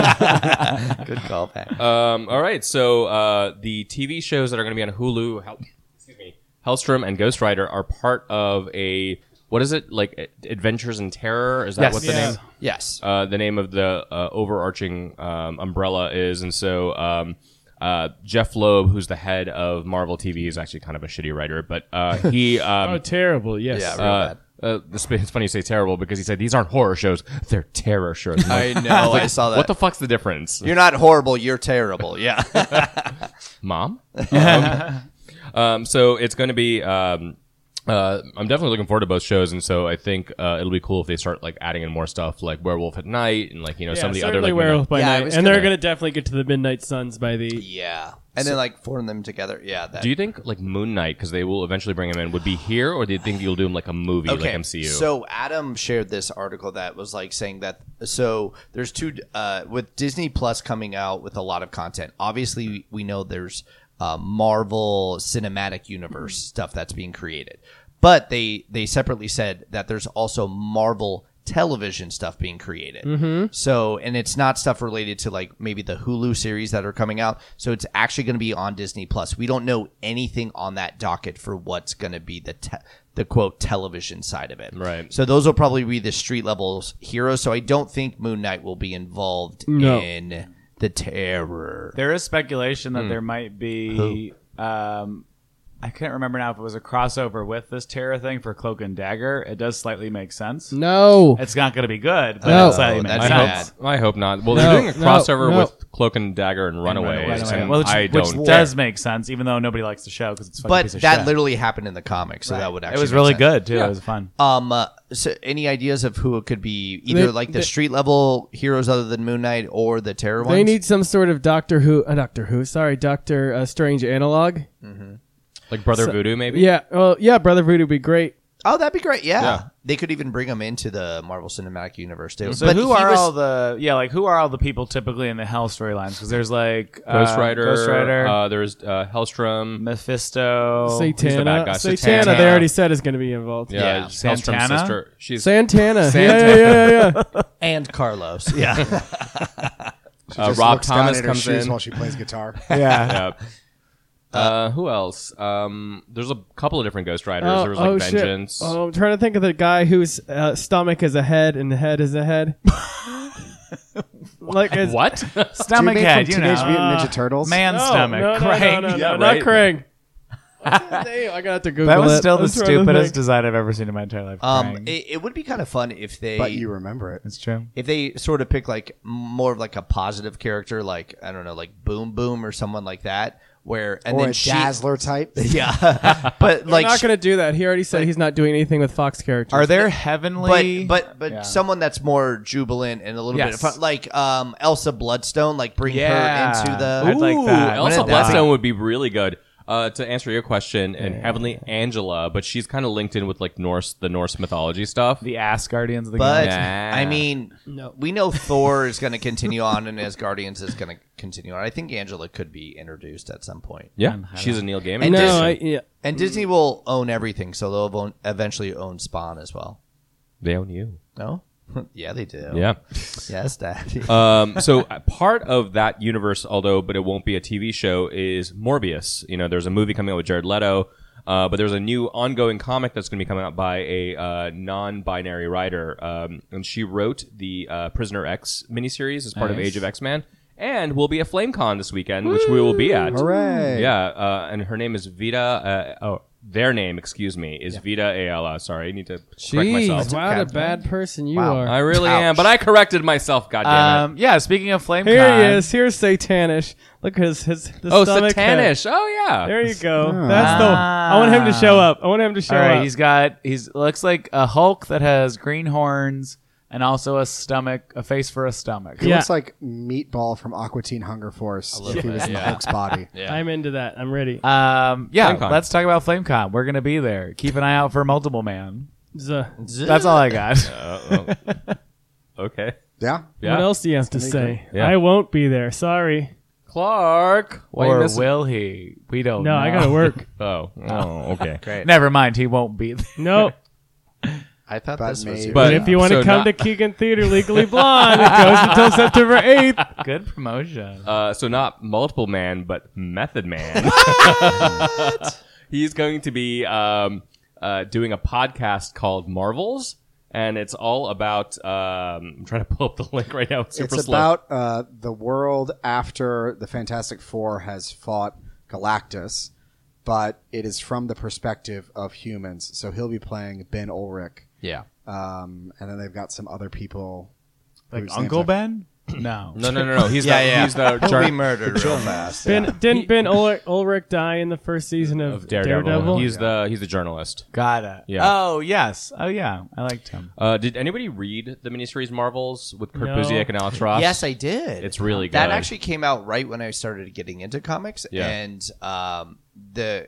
[SPEAKER 1] Good callback.
[SPEAKER 5] Um, all right, so uh, the TV shows that are going to be on Hulu, Hel- excuse me, Hellstrom and Ghost Rider are part of a what is it like A- Adventures in Terror? Is that
[SPEAKER 4] Yes.
[SPEAKER 5] what the
[SPEAKER 4] Yeah.
[SPEAKER 5] name?
[SPEAKER 1] yes.
[SPEAKER 5] Uh, the name of the uh, overarching um, umbrella is, and so um, uh, Jeff Loeb, who's the head of Marvel TV, is actually kind of a shitty writer, but uh, he um,
[SPEAKER 3] Oh, terrible! Yes.
[SPEAKER 1] Yeah, real
[SPEAKER 5] uh,
[SPEAKER 1] bad.
[SPEAKER 5] uh, it's it's funny you say terrible because he said these aren't horror shows; they're terror shows.
[SPEAKER 1] I know. I saw that.
[SPEAKER 5] what the fuck's the difference?
[SPEAKER 1] you're not horrible. You're terrible. Yeah.
[SPEAKER 5] mom. Um, um, so it's going to be. Um, uh, I'm definitely looking forward to both shows, and so I think uh, it'll be cool if they start like adding in more stuff like Werewolf at Night and like you know some of the other
[SPEAKER 3] certainly
[SPEAKER 5] like you know-
[SPEAKER 3] Werewolf by
[SPEAKER 1] Yeah, I
[SPEAKER 3] Night,
[SPEAKER 1] was
[SPEAKER 3] and they're
[SPEAKER 5] gonna-
[SPEAKER 3] gonna definitely get to the Midnight Suns by the.
[SPEAKER 1] yeah. And then like form them together. Yeah. That.
[SPEAKER 5] Do you think like Moon Knight because they will eventually bring him in would be here, or do you think you'll do him like a movie like MCU?
[SPEAKER 1] So Adam shared this article that was like saying that so there's two uh, with Disney Plus coming out with a lot of content. Obviously, we know there's uh, Marvel Cinematic Universe stuff that's being created, but they they separately said that there's also Marvel television stuff being created. So, and it's not stuff related to like maybe the Hulu series that are coming out. So it's actually going to be on Disney Plus. We don't know anything on that docket for what's going to be the te- the quote television side of it.
[SPEAKER 5] Right.
[SPEAKER 1] So those will probably be the street levels heroes. So I don't think Moon Knight will be involved
[SPEAKER 3] No.
[SPEAKER 1] in the terror.
[SPEAKER 4] There is speculation that there might be. Um, I can't remember now if it was a crossover with this Terra thing for Cloak and Dagger. It does slightly make sense.
[SPEAKER 3] No.
[SPEAKER 4] It's not going to be good, but
[SPEAKER 3] No.
[SPEAKER 4] it slightly
[SPEAKER 1] Oh,
[SPEAKER 4] makes
[SPEAKER 1] that's
[SPEAKER 5] I
[SPEAKER 1] bad.
[SPEAKER 4] sense.
[SPEAKER 5] hope I hope not. Well,
[SPEAKER 3] No,
[SPEAKER 5] they're doing a
[SPEAKER 3] no,
[SPEAKER 5] crossover
[SPEAKER 3] no.
[SPEAKER 5] with Cloak and Dagger and Runaways,
[SPEAKER 4] Runaways.
[SPEAKER 5] and
[SPEAKER 4] Well, which,
[SPEAKER 5] I
[SPEAKER 4] which
[SPEAKER 5] don't.
[SPEAKER 4] does make sense, even though nobody likes the show because it's a fucking
[SPEAKER 1] but
[SPEAKER 4] piece of
[SPEAKER 1] that
[SPEAKER 4] shit.
[SPEAKER 1] literally happened in the comics, so that would
[SPEAKER 4] it
[SPEAKER 1] actually
[SPEAKER 4] was
[SPEAKER 1] make
[SPEAKER 4] really
[SPEAKER 1] sense.
[SPEAKER 4] good too. It was fun.
[SPEAKER 1] Um, uh, so any ideas of who it could be? Either
[SPEAKER 3] They-
[SPEAKER 1] like the
[SPEAKER 3] they-
[SPEAKER 1] street level heroes, other than Moon Knight, or the terror ones.
[SPEAKER 3] They need some sort of Doctor Who, uh, Doctor Who, sorry, Doctor uh, Strange analog.
[SPEAKER 5] like Brother Voodoo maybe.
[SPEAKER 3] Yeah, well, yeah, Brother Voodoo would be great.
[SPEAKER 1] Oh, that'd be great. Yeah. They could even bring him into the Marvel Cinematic Universe too.
[SPEAKER 4] So who are all the yeah like who are all the people typically in the Hell storylines? Because there's like uh,
[SPEAKER 5] Ghost Rider.
[SPEAKER 4] Ghost Rider,
[SPEAKER 5] Uh, there's uh, Hellstrom.
[SPEAKER 4] Mephisto,
[SPEAKER 5] Oh, he's the bad
[SPEAKER 3] Satana,
[SPEAKER 5] guy.
[SPEAKER 3] Satana,
[SPEAKER 5] Satana.
[SPEAKER 3] they already said is going to be involved.
[SPEAKER 5] Yeah,
[SPEAKER 1] Yeah.
[SPEAKER 5] Hellstrom's
[SPEAKER 4] Santana?
[SPEAKER 5] sister. She's
[SPEAKER 3] Santana.
[SPEAKER 5] Santana.
[SPEAKER 3] Yeah, yeah, yeah, yeah.
[SPEAKER 1] and Carlos? Yeah.
[SPEAKER 5] Uh,
[SPEAKER 2] Just
[SPEAKER 5] Rob
[SPEAKER 2] looks down
[SPEAKER 5] Thomas
[SPEAKER 2] at her
[SPEAKER 5] comes
[SPEAKER 2] shoes
[SPEAKER 5] in.
[SPEAKER 2] while she plays guitar.
[SPEAKER 4] Yeah,
[SPEAKER 5] Yeah.
[SPEAKER 2] "Ah."
[SPEAKER 5] Uh, who else? Um, there's a couple of different Ghost Riders.
[SPEAKER 3] Oh,
[SPEAKER 5] there was like
[SPEAKER 3] oh, shit.
[SPEAKER 5] Vengeance.
[SPEAKER 3] Oh, I'm trying to think of the guy whose uh, stomach is a head and the head is a head. like is,
[SPEAKER 5] What?
[SPEAKER 4] stomach
[SPEAKER 2] Dude, made
[SPEAKER 4] head,
[SPEAKER 2] from
[SPEAKER 4] you
[SPEAKER 2] Teenage
[SPEAKER 4] know,
[SPEAKER 2] Mutant Ninja Turtles.
[SPEAKER 4] man
[SPEAKER 3] No,
[SPEAKER 4] stomach,
[SPEAKER 3] no, no,
[SPEAKER 4] Krang.
[SPEAKER 3] No, no, no,
[SPEAKER 5] Yeah,
[SPEAKER 3] not
[SPEAKER 5] right.
[SPEAKER 3] Krang. What's his name? I gotta have to Google
[SPEAKER 4] That was
[SPEAKER 3] it.
[SPEAKER 4] still
[SPEAKER 3] I'm
[SPEAKER 4] the
[SPEAKER 3] trying to
[SPEAKER 4] stupidest
[SPEAKER 3] think.
[SPEAKER 4] design I've ever seen in my entire life.
[SPEAKER 1] Um,
[SPEAKER 4] Krang.
[SPEAKER 1] it, it would be kind of fun if they
[SPEAKER 2] But you remember it.
[SPEAKER 4] it's true.
[SPEAKER 1] if they sort of pick like more of like a positive character, like I don't know, like Boom Boom or someone like that, where and
[SPEAKER 2] Or
[SPEAKER 1] then
[SPEAKER 2] a
[SPEAKER 1] she,
[SPEAKER 2] Dazzler type.
[SPEAKER 1] yeah, but
[SPEAKER 3] We're
[SPEAKER 1] like
[SPEAKER 3] not gonna do that. He already said he's not doing anything with Fox characters.
[SPEAKER 4] Are there heavenly?
[SPEAKER 1] but but but someone that's more jubilant and a little bit
[SPEAKER 4] Yes.
[SPEAKER 1] of fun, like um Elsa Bloodstone, like bring
[SPEAKER 4] Yeah.
[SPEAKER 1] her into the
[SPEAKER 4] I'd like
[SPEAKER 5] Ooh,
[SPEAKER 4] that.
[SPEAKER 5] Elsa
[SPEAKER 1] Wouldn't that be-
[SPEAKER 5] Bloodstone would be really good. uh, to answer your question, and Heavenly Angela, but she's kind of linked in with like Norse, the Norse mythology stuff.
[SPEAKER 4] The ass guardians of the
[SPEAKER 1] But
[SPEAKER 5] Nah.
[SPEAKER 1] I mean,
[SPEAKER 3] No.
[SPEAKER 1] we know Thor is going to continue on, and as Guardians is going to continue on. I think Angela could be introduced at some point.
[SPEAKER 5] yeah, she's a Neil Gaiman.
[SPEAKER 1] And
[SPEAKER 3] No,
[SPEAKER 1] Disney.
[SPEAKER 3] I, yeah.
[SPEAKER 1] And Disney will own everything, so they'll own, eventually own Spawn as well.
[SPEAKER 5] they own you.
[SPEAKER 1] No? yeah, they do.
[SPEAKER 2] Oh.
[SPEAKER 5] Yeah.
[SPEAKER 1] Yes, Daddy.
[SPEAKER 5] Um, so uh, part of that universe, although, but it won't be a TV show, is Morbius. You know, there's a movie coming out with Jared Leto, uh, but there's a new ongoing comic that's going to be coming out by a uh, non-binary writer, um, and she wrote the uh, Prisoner X miniseries as part of
[SPEAKER 4] Nice.
[SPEAKER 5] Age of X Men, and will be at FlameCon this weekend, which we will be at.
[SPEAKER 2] Hooray.
[SPEAKER 5] Yeah, uh, and her name is Vita. Uh, oh, their name, excuse me, is Vita Ayala. Sorry, I need to correct myself.
[SPEAKER 3] Jeez, what a bad person you are.
[SPEAKER 5] I really am, but I corrected myself. God damn it.
[SPEAKER 4] Um, yeah, speaking of flame,
[SPEAKER 3] Here he is. Here's Satanish. Look at his his the
[SPEAKER 5] Oh,
[SPEAKER 3] stomach hair.
[SPEAKER 5] Satanish. Oh, yeah.
[SPEAKER 3] There you go.
[SPEAKER 2] Ah.
[SPEAKER 3] That's the. I want him to show up. I want him to show
[SPEAKER 4] All right,
[SPEAKER 3] up.
[SPEAKER 4] he's got he's looks like a Hulk that has green horns and also a stomach, a face for a stomach.
[SPEAKER 2] He
[SPEAKER 3] Yeah.
[SPEAKER 2] looks like Meatball from Aqua Teen Hunger Force if he was in the Hulk's body.
[SPEAKER 3] I'm into that. I'm ready.
[SPEAKER 4] Um, yeah,
[SPEAKER 5] FlameCon.
[SPEAKER 4] let's talk about FlameCon. We're gonna be there. Keep an eye out for Multiple Man.
[SPEAKER 3] Z-
[SPEAKER 4] That's all I got.
[SPEAKER 5] Okay.
[SPEAKER 2] Yeah?
[SPEAKER 5] Yeah.
[SPEAKER 3] What else do you have to say?
[SPEAKER 5] Yeah.
[SPEAKER 3] I won't be there. Sorry.
[SPEAKER 5] Clark. Why
[SPEAKER 4] or
[SPEAKER 5] you miss-
[SPEAKER 4] will he? We don't.
[SPEAKER 3] No,
[SPEAKER 4] know.
[SPEAKER 3] I gotta work.
[SPEAKER 5] Oh. Oh. Okay.
[SPEAKER 4] Great. Never mind. He won't be. There.
[SPEAKER 3] No.
[SPEAKER 1] I thought
[SPEAKER 2] But
[SPEAKER 1] this was
[SPEAKER 2] maybe-
[SPEAKER 1] your-
[SPEAKER 5] But
[SPEAKER 3] And if you want to
[SPEAKER 5] so
[SPEAKER 3] come
[SPEAKER 5] not-
[SPEAKER 3] to Keegan Theater Legally Blonde, it goes until September 8th.
[SPEAKER 4] Good promotion.
[SPEAKER 5] Uh, so not multiple man, but Method Man. He's going to be um, uh, doing a podcast called Marvels, and it's all about. Um, I'm trying to pull up the link right now. It's super
[SPEAKER 2] it's
[SPEAKER 5] slow.
[SPEAKER 2] about uh, the world after the Fantastic Four has fought Galactus, but it is from the perspective of humans. So he'll be playing Ben Ulrich,
[SPEAKER 1] yeah.
[SPEAKER 2] um, and then they've got some other people.
[SPEAKER 4] like
[SPEAKER 2] whose names
[SPEAKER 4] Uncle
[SPEAKER 2] I-
[SPEAKER 4] Ben? No.
[SPEAKER 5] no, no, no, no. He's
[SPEAKER 1] Yeah,
[SPEAKER 5] the,
[SPEAKER 1] yeah.
[SPEAKER 5] He's the
[SPEAKER 1] He'll
[SPEAKER 5] jar-
[SPEAKER 1] be murdered real fast.
[SPEAKER 3] Ben, didn't Ben Ulrich, Ulrich die in the first season of,
[SPEAKER 5] of Daredevil.
[SPEAKER 3] Daredevil?
[SPEAKER 5] He's the he's the journalist.
[SPEAKER 4] Got it.
[SPEAKER 5] Yeah.
[SPEAKER 4] Oh yes. Oh yeah. I liked him.
[SPEAKER 5] Uh, did anybody read the miniseries Marvels with Kurt
[SPEAKER 3] No.
[SPEAKER 5] Busiek and Alex Ross?
[SPEAKER 1] Yes, I did.
[SPEAKER 5] It's really good.
[SPEAKER 1] That actually came out right when I started getting into comics,
[SPEAKER 5] Yeah.
[SPEAKER 1] and um, the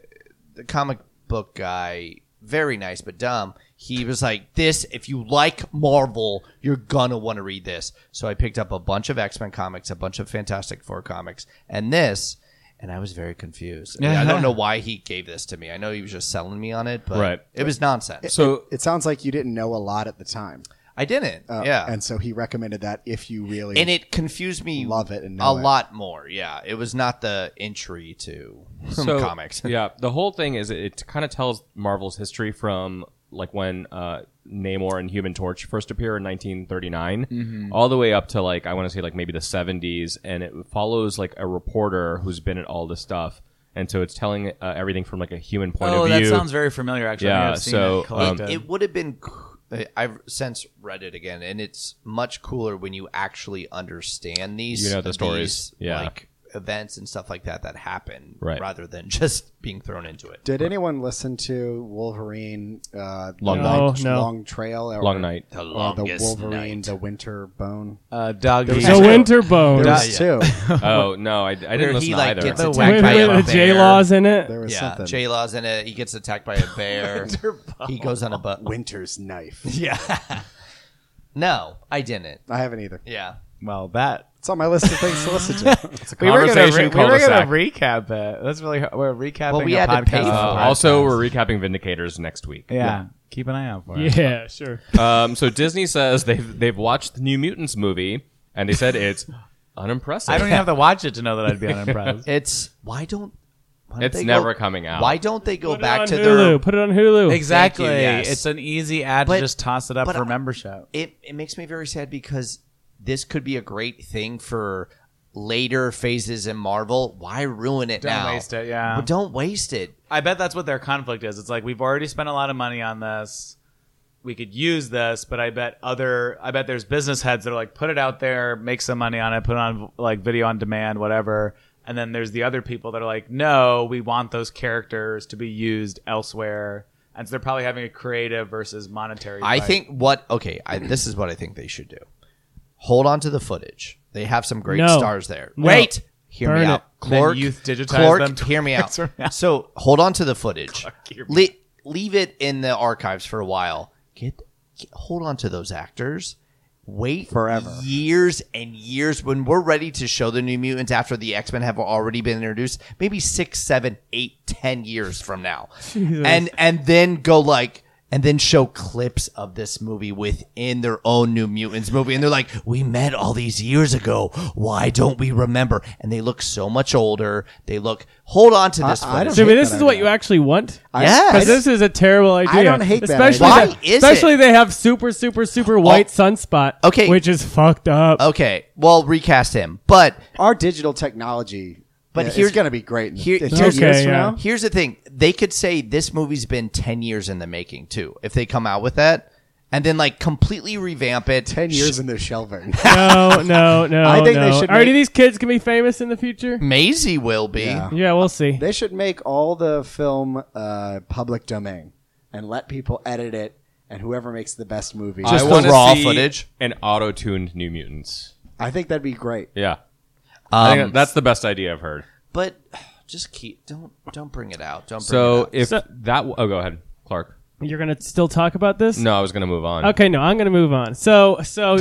[SPEAKER 1] the comic book guy, very nice but dumb. He was like, "This, if you like Marvel, you're gonna want to read this." So I picked up a bunch of X Men comics, a bunch of Fantastic Four comics, and this. And I was very confused. I mean, I don't know why he gave this to me. I know he was just selling me on it, but
[SPEAKER 5] Right.
[SPEAKER 1] it was nonsense.
[SPEAKER 5] So
[SPEAKER 2] It sounds like you didn't know a lot at the time.
[SPEAKER 1] I didn't.
[SPEAKER 2] Uh,
[SPEAKER 1] yeah.
[SPEAKER 2] And so he recommended that if you really.
[SPEAKER 1] and it confused me
[SPEAKER 2] Love it and
[SPEAKER 1] a
[SPEAKER 2] know it.
[SPEAKER 1] lot more yeah it was not the entry to comics
[SPEAKER 5] yeah, the whole thing is it, kind of tells Marvel's history from like when uh, Namor and Human Torch first appear in 1939,
[SPEAKER 4] Mm-hmm.
[SPEAKER 5] all the way up to like I want to say like maybe the 70s, and it follows like a reporter who's been at all this stuff, and so it's telling uh, everything from like a human point
[SPEAKER 4] Oh,
[SPEAKER 5] of
[SPEAKER 4] that
[SPEAKER 5] view.
[SPEAKER 4] sounds very familiar. Actually. I
[SPEAKER 5] Yeah,
[SPEAKER 4] may have seen
[SPEAKER 5] so,
[SPEAKER 4] um, it collected.
[SPEAKER 1] it would have been coo- i've since read it again and it's much cooler when you actually understand these
[SPEAKER 5] You know the
[SPEAKER 1] these,
[SPEAKER 5] stories, yeah.
[SPEAKER 1] like events and stuff like that that happen
[SPEAKER 5] Right.
[SPEAKER 1] rather than just being thrown into it
[SPEAKER 2] Did anyone listen to Wolverine? Uh, the
[SPEAKER 5] Long Night.
[SPEAKER 2] Long,
[SPEAKER 3] No, no.
[SPEAKER 2] Trail. Or,
[SPEAKER 5] Long night.
[SPEAKER 1] the
[SPEAKER 2] Or the
[SPEAKER 1] longest
[SPEAKER 2] Wolverine,
[SPEAKER 1] night Oh,
[SPEAKER 2] the Winter Bone.
[SPEAKER 4] uh, dog.
[SPEAKER 2] was
[SPEAKER 4] eater.
[SPEAKER 2] a
[SPEAKER 3] The Winter
[SPEAKER 2] There
[SPEAKER 3] Bones.
[SPEAKER 2] was two.
[SPEAKER 5] Oh no, I, I didn't
[SPEAKER 1] Where
[SPEAKER 5] listen
[SPEAKER 1] he
[SPEAKER 5] to
[SPEAKER 1] like
[SPEAKER 5] either. Uh,
[SPEAKER 1] gets
[SPEAKER 4] The
[SPEAKER 1] attacked
[SPEAKER 4] Whack
[SPEAKER 3] With,
[SPEAKER 1] by
[SPEAKER 4] Pack
[SPEAKER 1] a
[SPEAKER 3] with the
[SPEAKER 1] bear.
[SPEAKER 3] J Laws in it.
[SPEAKER 2] There was
[SPEAKER 1] yeah
[SPEAKER 2] something.
[SPEAKER 1] j law's in it he gets attacked by a bear he goes on a butt
[SPEAKER 2] Winter's knife.
[SPEAKER 1] no i didn't
[SPEAKER 2] I haven't either.
[SPEAKER 1] yeah
[SPEAKER 4] Well, that
[SPEAKER 2] It's on my list of things to listen to.
[SPEAKER 4] we were gonna re- we
[SPEAKER 5] Conversation
[SPEAKER 4] were gonna
[SPEAKER 5] cul-de-sac.
[SPEAKER 4] recap it. That's really hard. we're recapping.
[SPEAKER 1] Well, we had
[SPEAKER 4] a
[SPEAKER 1] to
[SPEAKER 4] podcast
[SPEAKER 1] pay
[SPEAKER 4] on
[SPEAKER 1] for
[SPEAKER 4] a
[SPEAKER 5] Uh,
[SPEAKER 1] it.
[SPEAKER 4] podcast.
[SPEAKER 5] also, we're recapping Vindicators next week.
[SPEAKER 4] yeah. Keep an eye out for it.
[SPEAKER 3] Yeah, sure.
[SPEAKER 5] Um, so Disney says they've they've watched the New Mutants movie, and they said it's unimpressive.
[SPEAKER 4] I don't even have to watch it to know that I'd be unimpressed.
[SPEAKER 1] It's why don't why don't
[SPEAKER 5] It's
[SPEAKER 1] they
[SPEAKER 5] never
[SPEAKER 1] go-
[SPEAKER 5] coming out.
[SPEAKER 1] Why don't they go
[SPEAKER 3] Put
[SPEAKER 1] back
[SPEAKER 3] it on
[SPEAKER 1] to
[SPEAKER 3] Hulu.
[SPEAKER 1] their?
[SPEAKER 3] Put it on Hulu.
[SPEAKER 4] exactly.
[SPEAKER 1] Thank you, yes.
[SPEAKER 4] It's an easy ad
[SPEAKER 1] But-
[SPEAKER 4] to just toss it up
[SPEAKER 1] but
[SPEAKER 4] for
[SPEAKER 1] I-
[SPEAKER 4] membership.
[SPEAKER 1] It it makes me very sad because this could be a great thing for later phases in Marvel. Why ruin it
[SPEAKER 4] Don't
[SPEAKER 1] now?
[SPEAKER 4] waste it, yeah.
[SPEAKER 1] Well, don't waste it.
[SPEAKER 4] I bet that's what their conflict is. It's like we've already spent a lot of money on this. We could use this, but I bet other I bet there's business heads that are like put it out there, make some money on it, put it on like video on demand, whatever. And then there's the other people that are like, "No, we want those characters to be used elsewhere." And so they're probably having a creative versus monetary.
[SPEAKER 1] I
[SPEAKER 4] fight.
[SPEAKER 1] think what okay. I, this is what I think they should do. Hold on to the footage. They have some great
[SPEAKER 3] No.
[SPEAKER 1] stars there.
[SPEAKER 3] No.
[SPEAKER 1] Wait, hear
[SPEAKER 3] Burn
[SPEAKER 1] me
[SPEAKER 3] it.
[SPEAKER 1] out.
[SPEAKER 4] Then
[SPEAKER 1] Clark,
[SPEAKER 4] youth digitize
[SPEAKER 1] Clark,
[SPEAKER 4] them to-
[SPEAKER 1] hear me out. So hold on to the footage. Le- leave it in the archives for a while. Get, get hold on to those actors. Wait
[SPEAKER 2] Forever.
[SPEAKER 1] years and years when we're ready to show the New Mutants after the X Men have already been introduced. Maybe six, seven, eight, ten years from now, and and then go like. And then show clips of this movie within their own New Mutants movie. And they're like, we met all these years ago. Why don't we remember? And they look so much older. They look, hold on to this.
[SPEAKER 2] I don't
[SPEAKER 1] footage.
[SPEAKER 3] Jimmy,
[SPEAKER 2] hate
[SPEAKER 3] this
[SPEAKER 2] that
[SPEAKER 3] is what
[SPEAKER 2] idea.
[SPEAKER 3] you actually want.
[SPEAKER 1] Yes.
[SPEAKER 3] Because this is a terrible idea.
[SPEAKER 2] don't hate that
[SPEAKER 3] especially
[SPEAKER 1] idea. Why is
[SPEAKER 3] especially
[SPEAKER 1] it?
[SPEAKER 3] they have super, super, super white sunspot.
[SPEAKER 1] Okay. Oh.
[SPEAKER 3] which is fucked up.
[SPEAKER 1] Okay, well, recast him. But
[SPEAKER 2] Our digital technology,
[SPEAKER 1] But
[SPEAKER 2] but yeah,
[SPEAKER 1] here-
[SPEAKER 2] it's going to be great in,
[SPEAKER 1] here-
[SPEAKER 2] in
[SPEAKER 1] here's-
[SPEAKER 2] 10 years
[SPEAKER 3] Okay,
[SPEAKER 2] from
[SPEAKER 3] yeah.
[SPEAKER 2] now.
[SPEAKER 1] here's the thing: they could say this movie's been ten years in the making too. If they come out with that, and then like completely revamp it.
[SPEAKER 2] 10 years in their shelving.
[SPEAKER 3] No, no, no.
[SPEAKER 2] I think they
[SPEAKER 3] no.
[SPEAKER 2] should
[SPEAKER 3] Are any of
[SPEAKER 2] make-
[SPEAKER 3] these kids gonna be famous in the future?
[SPEAKER 1] Maisie will be.
[SPEAKER 2] Yeah.
[SPEAKER 3] Yeah, we'll see.
[SPEAKER 2] They should make all the film uh, public domain and let people edit it, and whoever makes the best movie.
[SPEAKER 1] Just
[SPEAKER 5] I
[SPEAKER 1] the
[SPEAKER 5] wanna
[SPEAKER 1] raw
[SPEAKER 5] see
[SPEAKER 1] footage?
[SPEAKER 5] and auto-tuned New Mutants.
[SPEAKER 2] I think that'd be great.
[SPEAKER 5] Yeah,
[SPEAKER 1] Um,
[SPEAKER 5] I think that's the best idea I've heard.
[SPEAKER 1] But just keep don't don't bring it out. Don't bring
[SPEAKER 5] So
[SPEAKER 1] it out.
[SPEAKER 5] if
[SPEAKER 3] So-
[SPEAKER 5] that, w- oh, go ahead, Clark.
[SPEAKER 3] You're gonna still talk about this?
[SPEAKER 5] No, I was gonna move on.
[SPEAKER 3] Okay, no, I'm gonna move on. So, so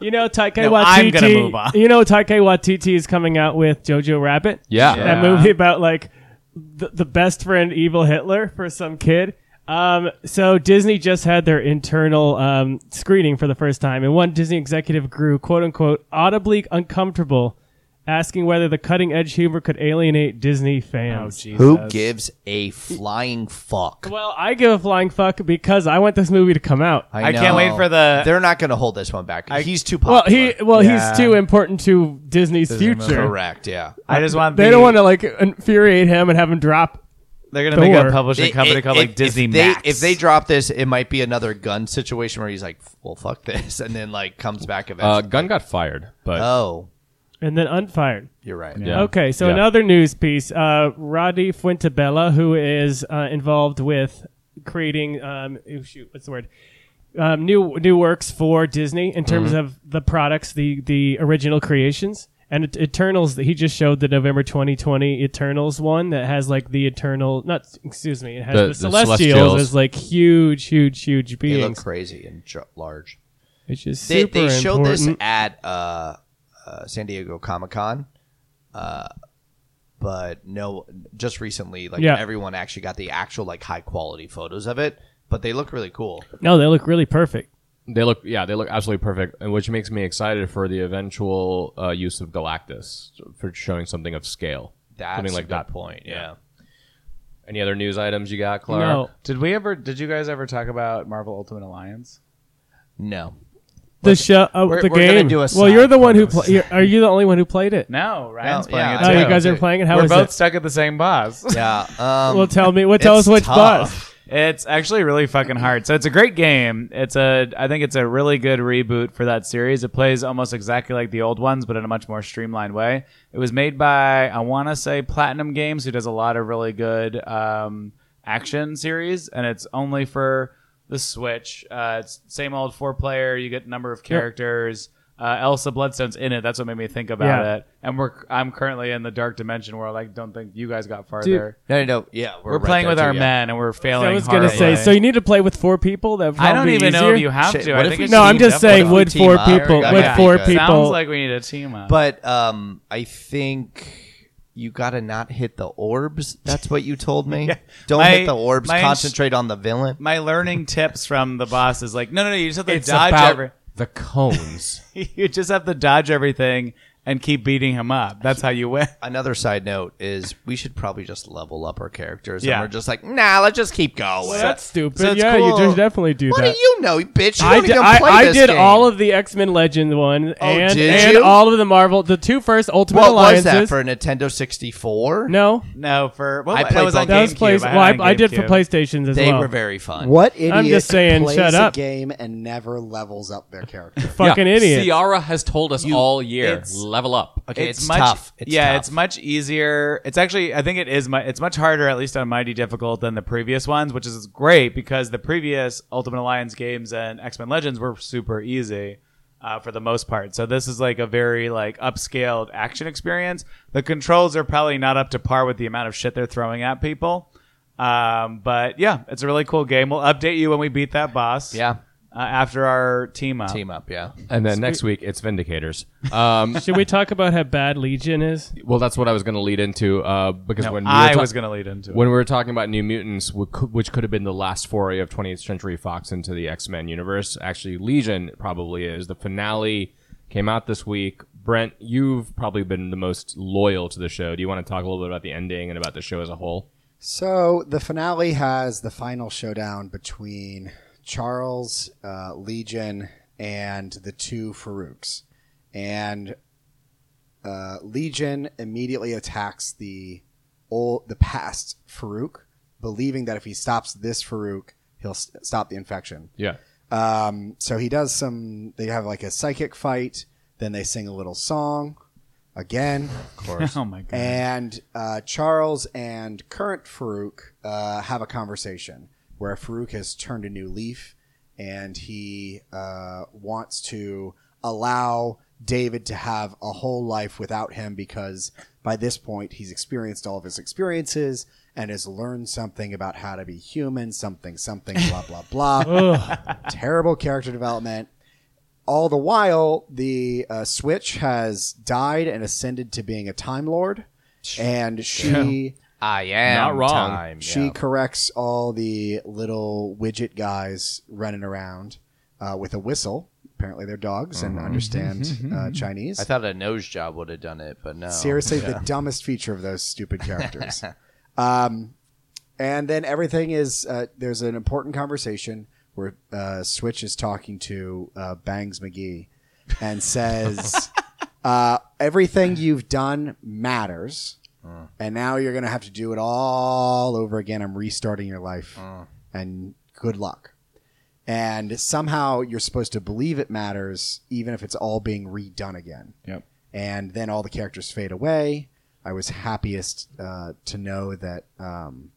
[SPEAKER 3] you know, Taika
[SPEAKER 4] No,
[SPEAKER 3] Waititi.
[SPEAKER 4] I'm gonna move on.
[SPEAKER 3] You know, Taika Waititi is coming out with Jojo Rabbit.
[SPEAKER 5] Yeah.
[SPEAKER 3] that movie about like the, the best friend, evil Hitler, for some kid. Um, so Disney just had their internal um, screening for the first time, and one Disney executive grew "quote unquote" audibly uncomfortable, asking whether the cutting-edge humor could alienate Disney fans.
[SPEAKER 4] Oh,
[SPEAKER 1] who gives a flying fuck?
[SPEAKER 3] Well, I give a flying fuck because I want this movie to come out.
[SPEAKER 4] I can't
[SPEAKER 1] know.
[SPEAKER 4] wait for the-
[SPEAKER 1] They're not going to hold this one back. He's too popular.
[SPEAKER 3] Well, he well
[SPEAKER 4] Yeah.
[SPEAKER 3] he's too important to Disney's future.
[SPEAKER 1] correct. Yeah.
[SPEAKER 4] I just want
[SPEAKER 3] They don't want to like infuriate him and have him drop.
[SPEAKER 4] They're gonna make a
[SPEAKER 3] Thor.
[SPEAKER 4] publishing
[SPEAKER 1] It-
[SPEAKER 4] company
[SPEAKER 1] it-
[SPEAKER 4] called
[SPEAKER 1] if-
[SPEAKER 4] like Disney
[SPEAKER 1] if they,
[SPEAKER 4] Max.
[SPEAKER 1] If they drop this, it might be another gun situation where he's like, "Well, fuck this," and then like comes back
[SPEAKER 5] Uh,
[SPEAKER 1] eventually.
[SPEAKER 5] Gunn got fired, but
[SPEAKER 1] oh,
[SPEAKER 3] And then unfired.
[SPEAKER 1] you're right.
[SPEAKER 5] yeah.
[SPEAKER 3] Okay, so
[SPEAKER 5] Yeah.
[SPEAKER 3] another news piece. Uh, Roddy Fuentebella, who is uh, involved with creating, um, oh, shoot, what's the word? Um, new new works for Disney in terms of the products, the the original creations, and Et- Eternals. He just showed the November 2020 Eternals one that has like the Eternal, not excuse me, it has
[SPEAKER 5] The-
[SPEAKER 3] the,
[SPEAKER 5] the
[SPEAKER 3] Celestials,
[SPEAKER 5] Celestials.
[SPEAKER 3] as like huge, huge, huge
[SPEAKER 1] They look
[SPEAKER 3] beings,
[SPEAKER 1] crazy and j- large.
[SPEAKER 3] which is
[SPEAKER 1] They,
[SPEAKER 3] super
[SPEAKER 1] they showed
[SPEAKER 3] important.
[SPEAKER 1] this at uh, uh, San Diego Comic Con, uh, but no, just recently, like
[SPEAKER 3] Yeah.
[SPEAKER 1] everyone actually got the actual like high quality photos of it. But they look really cool.
[SPEAKER 3] No, they look really perfect.
[SPEAKER 5] they look yeah they look absolutely perfect, and which makes me excited for the eventual uh, use of Galactus for showing something of scale.
[SPEAKER 1] That's
[SPEAKER 5] something like
[SPEAKER 1] a good
[SPEAKER 5] that
[SPEAKER 1] point. Yeah.
[SPEAKER 5] Any other news items you got, Clark?
[SPEAKER 3] No,
[SPEAKER 4] did we ever? Did you guys ever talk about Marvel Ultimate Alliance?
[SPEAKER 1] No.
[SPEAKER 3] the show, oh,
[SPEAKER 4] we're-
[SPEAKER 3] the
[SPEAKER 4] we're gonna
[SPEAKER 3] game.
[SPEAKER 4] do a
[SPEAKER 3] well, you're the
[SPEAKER 4] side
[SPEAKER 3] one who.
[SPEAKER 4] photos.
[SPEAKER 3] Pl- you're, are you the only one who played it?
[SPEAKER 4] No, Ryan's
[SPEAKER 1] No,
[SPEAKER 4] playing
[SPEAKER 1] yeah,
[SPEAKER 4] it.
[SPEAKER 3] Oh,
[SPEAKER 1] I
[SPEAKER 4] too.
[SPEAKER 3] you guys are
[SPEAKER 1] Dude,
[SPEAKER 3] playing it. How
[SPEAKER 4] We're
[SPEAKER 3] is
[SPEAKER 4] both
[SPEAKER 3] it?
[SPEAKER 4] stuck at the same boss.
[SPEAKER 1] Yeah. Um,
[SPEAKER 3] Well, tell me. Well, tell
[SPEAKER 1] it's
[SPEAKER 3] us which
[SPEAKER 1] tough.
[SPEAKER 3] boss.
[SPEAKER 4] It's actually really fucking hard. So it's a great game. It's a I think it's a really good reboot for that series. It plays almost exactly like the old ones, but in a much more streamlined way. It was made by I want to say Platinum Games, who does a lot of really good um, action series, and it's only for the Switch. Uh, it's same old four player. You get number of characters. Uh, Elsa Bloodstone's in it. That's what made me think about
[SPEAKER 3] Yeah.
[SPEAKER 4] it. And we're I'm currently in the dark dimension where I like, don't think you guys got farther.
[SPEAKER 1] No, no, no. Yeah, we're,
[SPEAKER 4] We're,
[SPEAKER 1] right
[SPEAKER 4] playing
[SPEAKER 1] there
[SPEAKER 4] with
[SPEAKER 1] too,
[SPEAKER 4] our
[SPEAKER 1] yeah.
[SPEAKER 4] men and we're failing.
[SPEAKER 3] I was gonna say.
[SPEAKER 4] horribly.
[SPEAKER 3] So you need to play with four people. That would
[SPEAKER 4] I don't
[SPEAKER 3] probably
[SPEAKER 4] even
[SPEAKER 3] be
[SPEAKER 4] know if you
[SPEAKER 3] easier.
[SPEAKER 4] have
[SPEAKER 1] Shit,
[SPEAKER 4] to.
[SPEAKER 1] what
[SPEAKER 4] I
[SPEAKER 1] if
[SPEAKER 4] think
[SPEAKER 1] we
[SPEAKER 4] it's
[SPEAKER 3] No,
[SPEAKER 4] just
[SPEAKER 3] I'm just
[SPEAKER 4] easy.
[SPEAKER 3] saying.
[SPEAKER 1] if we
[SPEAKER 3] Would
[SPEAKER 1] team
[SPEAKER 3] four
[SPEAKER 1] up?
[SPEAKER 3] people?
[SPEAKER 1] Yeah.
[SPEAKER 3] Would
[SPEAKER 1] Yeah.
[SPEAKER 3] four
[SPEAKER 1] Sounds
[SPEAKER 3] people?
[SPEAKER 4] Sounds like we need a team up.
[SPEAKER 1] But um, I think you got to not hit the orbs. That's what you told me. Don't
[SPEAKER 4] My-
[SPEAKER 1] hit the orbs.
[SPEAKER 4] my ins-
[SPEAKER 1] Concentrate on the villain.
[SPEAKER 4] my learning tips from the boss is like, no, no, no. You just have to
[SPEAKER 5] It's
[SPEAKER 4] dodge
[SPEAKER 5] about
[SPEAKER 4] every-
[SPEAKER 5] the cones.
[SPEAKER 4] You just have to dodge everything and keep beating him up. That's how you win.
[SPEAKER 1] Another side note is we should probably just level up our characters.
[SPEAKER 4] Yeah.
[SPEAKER 1] And we're just like, nah, let's just keep going.
[SPEAKER 3] Well, that's stupid.
[SPEAKER 1] so it's
[SPEAKER 3] yeah,
[SPEAKER 1] cool.
[SPEAKER 3] you just definitely do
[SPEAKER 1] what
[SPEAKER 3] that.
[SPEAKER 1] do you know, bitch? You
[SPEAKER 3] I
[SPEAKER 1] don't
[SPEAKER 3] did,
[SPEAKER 1] even
[SPEAKER 3] I,
[SPEAKER 1] play
[SPEAKER 3] I
[SPEAKER 1] this
[SPEAKER 3] did
[SPEAKER 1] game.
[SPEAKER 3] all of the X Men Legend one and,
[SPEAKER 1] did
[SPEAKER 3] and
[SPEAKER 1] you?
[SPEAKER 3] all of the Marvel, the two first Ultimate
[SPEAKER 1] What was
[SPEAKER 3] Alliances.
[SPEAKER 1] that for a Nintendo 64?
[SPEAKER 3] no,
[SPEAKER 4] No, for well,
[SPEAKER 1] I
[SPEAKER 4] that
[SPEAKER 1] played
[SPEAKER 4] was on
[SPEAKER 1] both.
[SPEAKER 3] that was
[SPEAKER 4] GameCube.
[SPEAKER 3] place.
[SPEAKER 4] had
[SPEAKER 3] Well, I,
[SPEAKER 4] it on
[SPEAKER 3] I did for
[SPEAKER 4] GameCube.
[SPEAKER 3] PlayStations as
[SPEAKER 1] They
[SPEAKER 3] well.
[SPEAKER 1] were very fun.
[SPEAKER 2] What idiot
[SPEAKER 3] just saying,
[SPEAKER 2] plays
[SPEAKER 3] shut up.
[SPEAKER 2] a game and never levels up their character?
[SPEAKER 3] Fucking
[SPEAKER 5] Yeah.
[SPEAKER 3] idiot.
[SPEAKER 5] Ciara has told us all year,
[SPEAKER 4] it's-
[SPEAKER 5] level up.
[SPEAKER 1] Okay, it's,
[SPEAKER 4] much,
[SPEAKER 1] tough. It's
[SPEAKER 4] yeah,
[SPEAKER 1] tough.
[SPEAKER 4] it's much easier. It's actually, I think it is. Mu- it's much harder, at least on mighty difficult, than the previous ones, which is great because the previous Ultimate Alliance games and X Men Legends were super easy. uh, for the most part. So this is like a very like upscaled action experience. The controls are probably not up to par with the amount of shit they're throwing at people. Um, but yeah, it's a really cool game. We'll update you when we beat that boss.
[SPEAKER 1] Yeah.
[SPEAKER 4] Uh, after our team up.
[SPEAKER 1] Team up, yeah.
[SPEAKER 5] And then next week it's Vindicators. Um,
[SPEAKER 3] Should we talk about how bad Legion is?
[SPEAKER 5] well, that's what I was going to lead into uh, because
[SPEAKER 4] No,
[SPEAKER 5] when we were
[SPEAKER 4] I
[SPEAKER 5] ta-
[SPEAKER 4] was going to lead into it.
[SPEAKER 5] when we were talking about New Mutants, wh- cou- which could have been the last foray of 20th Century Fox into the X Men universe, actually Legion probably is. The finale came out this week. Brent, you've probably been the most loyal to the show. Do you want to talk a little bit about the ending and about the show as a whole?
[SPEAKER 2] So the finale has the final showdown between Charles, uh, Legion, and the two Farouks. And uh, Legion immediately attacks the old, the past Farouk, believing that if he stops this Farouk, he'll s stop the infection.
[SPEAKER 5] Yeah.
[SPEAKER 2] Um, so he does some. They have like a psychic fight. Then they sing a little song. Again,
[SPEAKER 4] oh my god.
[SPEAKER 2] and uh, Charles and current Farouk uh, have a conversation where Farouk has turned a new leaf and he uh, wants to allow David to have a whole life without him because by this point he's experienced all of his experiences and has learned something about how to be human, something, something, blah, blah, blah. Terrible character development all the while, the uh, Switch has died and ascended to being a Time Lord, and she
[SPEAKER 1] I am
[SPEAKER 5] Not wrong.
[SPEAKER 1] Time,
[SPEAKER 2] she
[SPEAKER 1] yeah.
[SPEAKER 2] corrects all the little widget guys running around uh, with a whistle. Apparently, they're dogs and understand uh, Chinese.
[SPEAKER 1] I thought a nose job would have done it, but no.
[SPEAKER 2] Seriously, the dumbest feature of those stupid characters. um, and then everything is uh, there's an important conversation where uh, Switch is talking to uh, Bangs McGee and says, uh, "Everything you've done matters, and now you're going to have to do it all over again. I'm restarting your life, and good luck." And somehow you're supposed to believe it matters, even if it's all being redone again
[SPEAKER 4] Yep.
[SPEAKER 2] and then all the characters fade away. I was happiest uh, to know that um,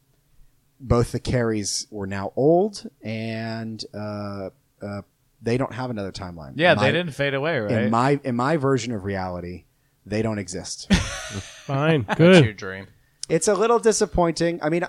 [SPEAKER 2] both the Carries were now old, and uh, uh, they don't have another timeline.
[SPEAKER 4] Yeah,
[SPEAKER 2] In my-
[SPEAKER 4] they didn't fade away, right?
[SPEAKER 2] In my in my version of reality, they don't exist.
[SPEAKER 3] Fine,
[SPEAKER 1] It's your
[SPEAKER 3] good.
[SPEAKER 1] dream.
[SPEAKER 2] it's a little disappointing. I mean,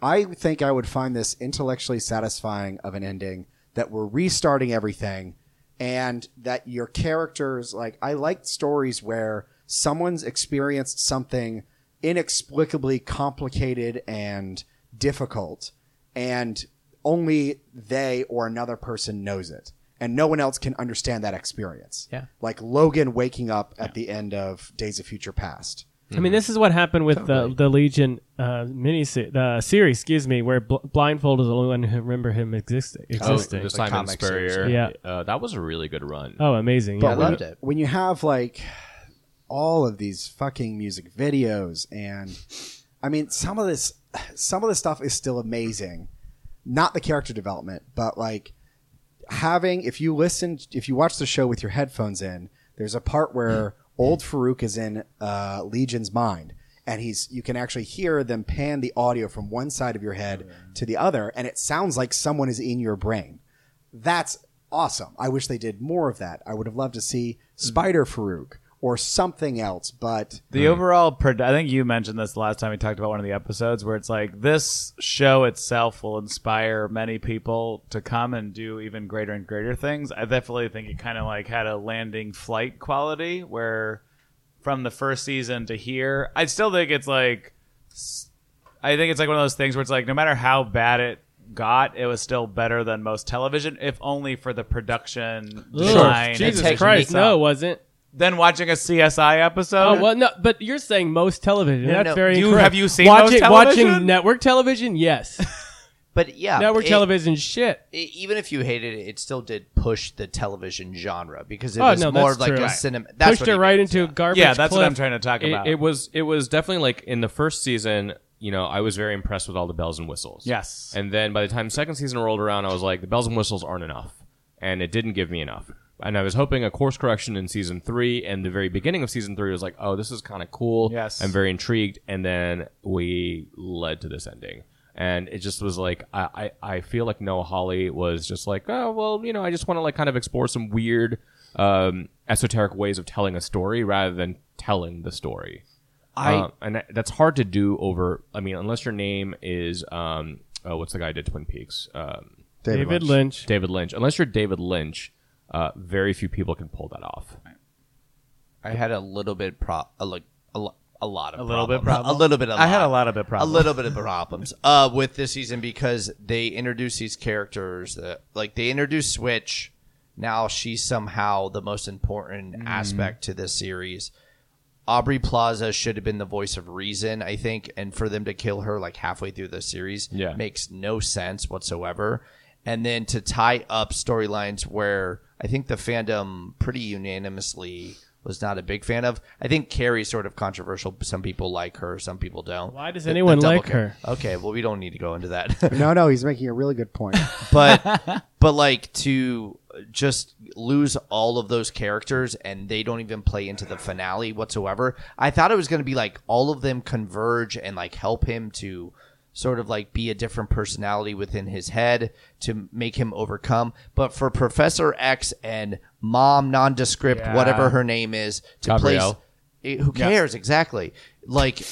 [SPEAKER 2] I think I would find this intellectually satisfying of an ending that we're restarting everything and that your characters like I liked stories where someone's experienced something inexplicably complicated and difficult and only they or another person knows it and no one else can understand that experience.
[SPEAKER 1] Yeah.
[SPEAKER 2] Like Logan waking up at the end of Days of Future Past.
[SPEAKER 3] I mean, this is what happened with the the Legion uh, mini se- uh, series, excuse me, where bl- Blindfold is the only one who remember him exist- existing.
[SPEAKER 5] the Simon
[SPEAKER 2] comic series,
[SPEAKER 5] Spurrier.
[SPEAKER 3] yeah.
[SPEAKER 5] Uh, that was a really good run.
[SPEAKER 3] Oh, amazing!
[SPEAKER 2] But
[SPEAKER 3] yeah.
[SPEAKER 1] I
[SPEAKER 2] when,
[SPEAKER 1] loved it.
[SPEAKER 2] When you have like all of these fucking music videos, and I mean, some of this, some of this stuff is still amazing. Not the character development, but like having if you listen, if you watch the show with your headphones in, there's a part where old Farouk is in uh, Legion's mind. And he's, you can actually hear them pan the audio from one side of your head
[SPEAKER 1] Oh,
[SPEAKER 2] to the other, and it sounds like someone is in your brain that's awesome. I wish they did more of that. I would have loved to see Spider Farouk or something else, but
[SPEAKER 4] The overall, prod- I think you mentioned this last time we talked about one of the episodes, where it's like this show itself will inspire many people to come and do even greater and greater things. I definitely think it kind of like had a landing flight quality, where from the first season to here, I still think it's like, s- I think it's like one of those things where it's like no matter how bad it got, it was still better than most television, if only for the production design. and
[SPEAKER 3] Jesus
[SPEAKER 4] technique.
[SPEAKER 3] Christ, no, it wasn't.
[SPEAKER 4] Then watching a CSI episode.
[SPEAKER 3] Oh well, no, but you're saying most television.
[SPEAKER 1] No,
[SPEAKER 3] That's
[SPEAKER 1] no.
[SPEAKER 3] very.
[SPEAKER 4] You-
[SPEAKER 3] incorrect.
[SPEAKER 4] have you seen
[SPEAKER 3] watching
[SPEAKER 4] most
[SPEAKER 3] watching
[SPEAKER 4] television?
[SPEAKER 3] network television? Yes,
[SPEAKER 1] But yeah,
[SPEAKER 3] network
[SPEAKER 1] it-
[SPEAKER 3] television. Shit.
[SPEAKER 1] i- even if you hated it, it still did push the television genre because it
[SPEAKER 3] Oh
[SPEAKER 1] was
[SPEAKER 3] no,
[SPEAKER 1] more
[SPEAKER 3] that's
[SPEAKER 1] of like
[SPEAKER 3] true.
[SPEAKER 1] a cinema. That's
[SPEAKER 3] Pushed
[SPEAKER 1] what
[SPEAKER 3] it
[SPEAKER 1] he
[SPEAKER 3] right
[SPEAKER 1] did.
[SPEAKER 3] into a garbage.
[SPEAKER 4] yeah, that's what
[SPEAKER 3] clip.
[SPEAKER 4] I'm trying to talk
[SPEAKER 5] It,
[SPEAKER 4] about.
[SPEAKER 5] it was it was definitely like in the first season. You know, I was very impressed with all the bells and whistles.
[SPEAKER 4] Yes.
[SPEAKER 5] And then by the time second season rolled around, I was like, the bells and whistles aren't enough, and it didn't give me enough. And I was hoping a course correction in season three, and the very beginning of season three was like, oh, this is kind of cool.
[SPEAKER 4] Yes.
[SPEAKER 5] I'm very intrigued, and then we led to this ending. And it just was like I, I, I feel like Noah Hawley was just like oh well you know I just want to like kind of explore some weird um, esoteric ways of telling a story rather than telling the story.
[SPEAKER 1] I-
[SPEAKER 5] Uh, and that, that's hard to do over. I mean, unless your name is um, oh, what's the guy who did Twin Peaks? Um,
[SPEAKER 3] David Lynch.
[SPEAKER 5] David Lynch. Unless you're David Lynch, uh, very few people can pull that off.
[SPEAKER 1] I had a little bit pro a like a, lo- a lot of
[SPEAKER 4] A little bit
[SPEAKER 1] problem.
[SPEAKER 4] problem?
[SPEAKER 1] a little bit of
[SPEAKER 4] I had a lot of bit problem.
[SPEAKER 1] a little bit of problems uh with this season because they introduced these characters that like they introduced Switch now she's somehow the most important aspect to this series. Aubrey Plaza should have been the voice of reason, I think, and for them to kill her like halfway through the series
[SPEAKER 5] Yeah.
[SPEAKER 1] makes no sense whatsoever. And then to tie up storylines where I think the fandom pretty unanimously was not a big fan of. I think Carrie's sort of controversial. Some people like her, some people don't.
[SPEAKER 3] Why does
[SPEAKER 1] The- the
[SPEAKER 3] anyone
[SPEAKER 1] double
[SPEAKER 3] like
[SPEAKER 1] Car- Okay, well we don't need to go into that.
[SPEAKER 2] No, no, he's making a really good point.
[SPEAKER 1] but but like to just lose all of those characters and they don't even play into the finale whatsoever. I thought it was going to be like all of them converge and like help him to sort of like be a different personality within his head to make him overcome. But for Professor X and Mom Nondescript, whatever her name is, to place.
[SPEAKER 5] Gabrielle.
[SPEAKER 1] It- who cares exactly? Like,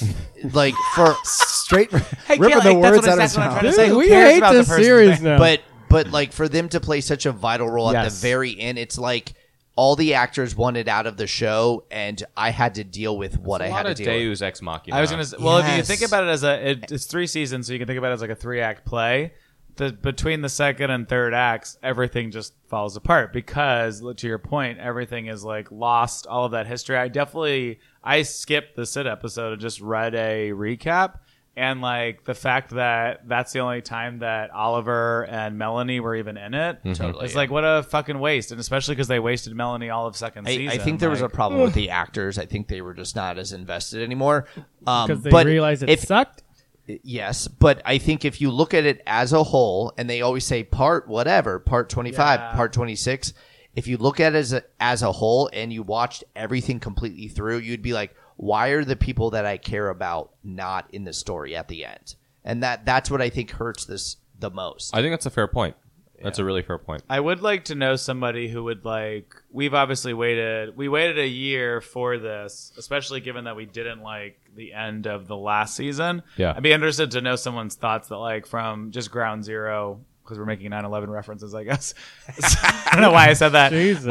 [SPEAKER 1] like for
[SPEAKER 2] Straight
[SPEAKER 4] Hey,
[SPEAKER 2] ripping
[SPEAKER 4] Kayla,
[SPEAKER 2] the
[SPEAKER 4] that's what-
[SPEAKER 2] words out of
[SPEAKER 4] that's
[SPEAKER 2] his
[SPEAKER 4] what I'm
[SPEAKER 2] mouth.
[SPEAKER 4] trying to
[SPEAKER 3] Dude,
[SPEAKER 4] say, who
[SPEAKER 3] we
[SPEAKER 4] cares
[SPEAKER 3] hate
[SPEAKER 4] about the
[SPEAKER 3] this
[SPEAKER 4] person's
[SPEAKER 3] series
[SPEAKER 4] name?
[SPEAKER 3] now.
[SPEAKER 1] but but like for them to play such a vital role at the
[SPEAKER 4] Yes.
[SPEAKER 1] very end, it's like all the actors wanted out of the show, and I had to deal with what I
[SPEAKER 5] a
[SPEAKER 1] had
[SPEAKER 5] lot
[SPEAKER 1] to
[SPEAKER 5] of
[SPEAKER 1] deal with.
[SPEAKER 5] Deus Ex Machina.
[SPEAKER 4] I was gonna. Say, well, if you
[SPEAKER 1] Yes.
[SPEAKER 4] think about it as a, it, it's three seasons, so you can think about it as like a three act play. The between the second and third acts, everything just falls apart because, to your point, everything is like lost. All of that history. I definitely I skipped the sit episode and just read a recap. And like the fact that that's the only time that Oliver and Melanie were even in it,
[SPEAKER 1] Totally,
[SPEAKER 4] it's
[SPEAKER 1] yeah.
[SPEAKER 4] like what a fucking waste, and especially because they wasted Melanie all of second
[SPEAKER 1] I,
[SPEAKER 4] season.
[SPEAKER 1] I think there was a
[SPEAKER 4] like-
[SPEAKER 1] problem with the actors. I think they were just not as invested anymore. Um,
[SPEAKER 3] Because they
[SPEAKER 1] but
[SPEAKER 3] realize it
[SPEAKER 1] if,
[SPEAKER 3] sucked.
[SPEAKER 1] Yes, but I think if you look at it as a whole, and they always say part whatever, part 25,
[SPEAKER 4] Yeah.
[SPEAKER 1] part 26, if you look at it as a, as a whole and you watched everything completely through, you'd be like, why are the people that I care about not in the story at the end? And that that's what I think hurts this the most.
[SPEAKER 5] I think that's a fair point. That's a really fair point.
[SPEAKER 4] I would like to know somebody who would like. We've obviously waited. We waited a year for this, especially given that we didn't like the end of the last season.
[SPEAKER 5] Yeah.
[SPEAKER 4] I'd be interested to know someone's thoughts that like from just ground zero because we're making 9-11 references, I guess. I don't know why I said that. Uh,
[SPEAKER 3] Jesus.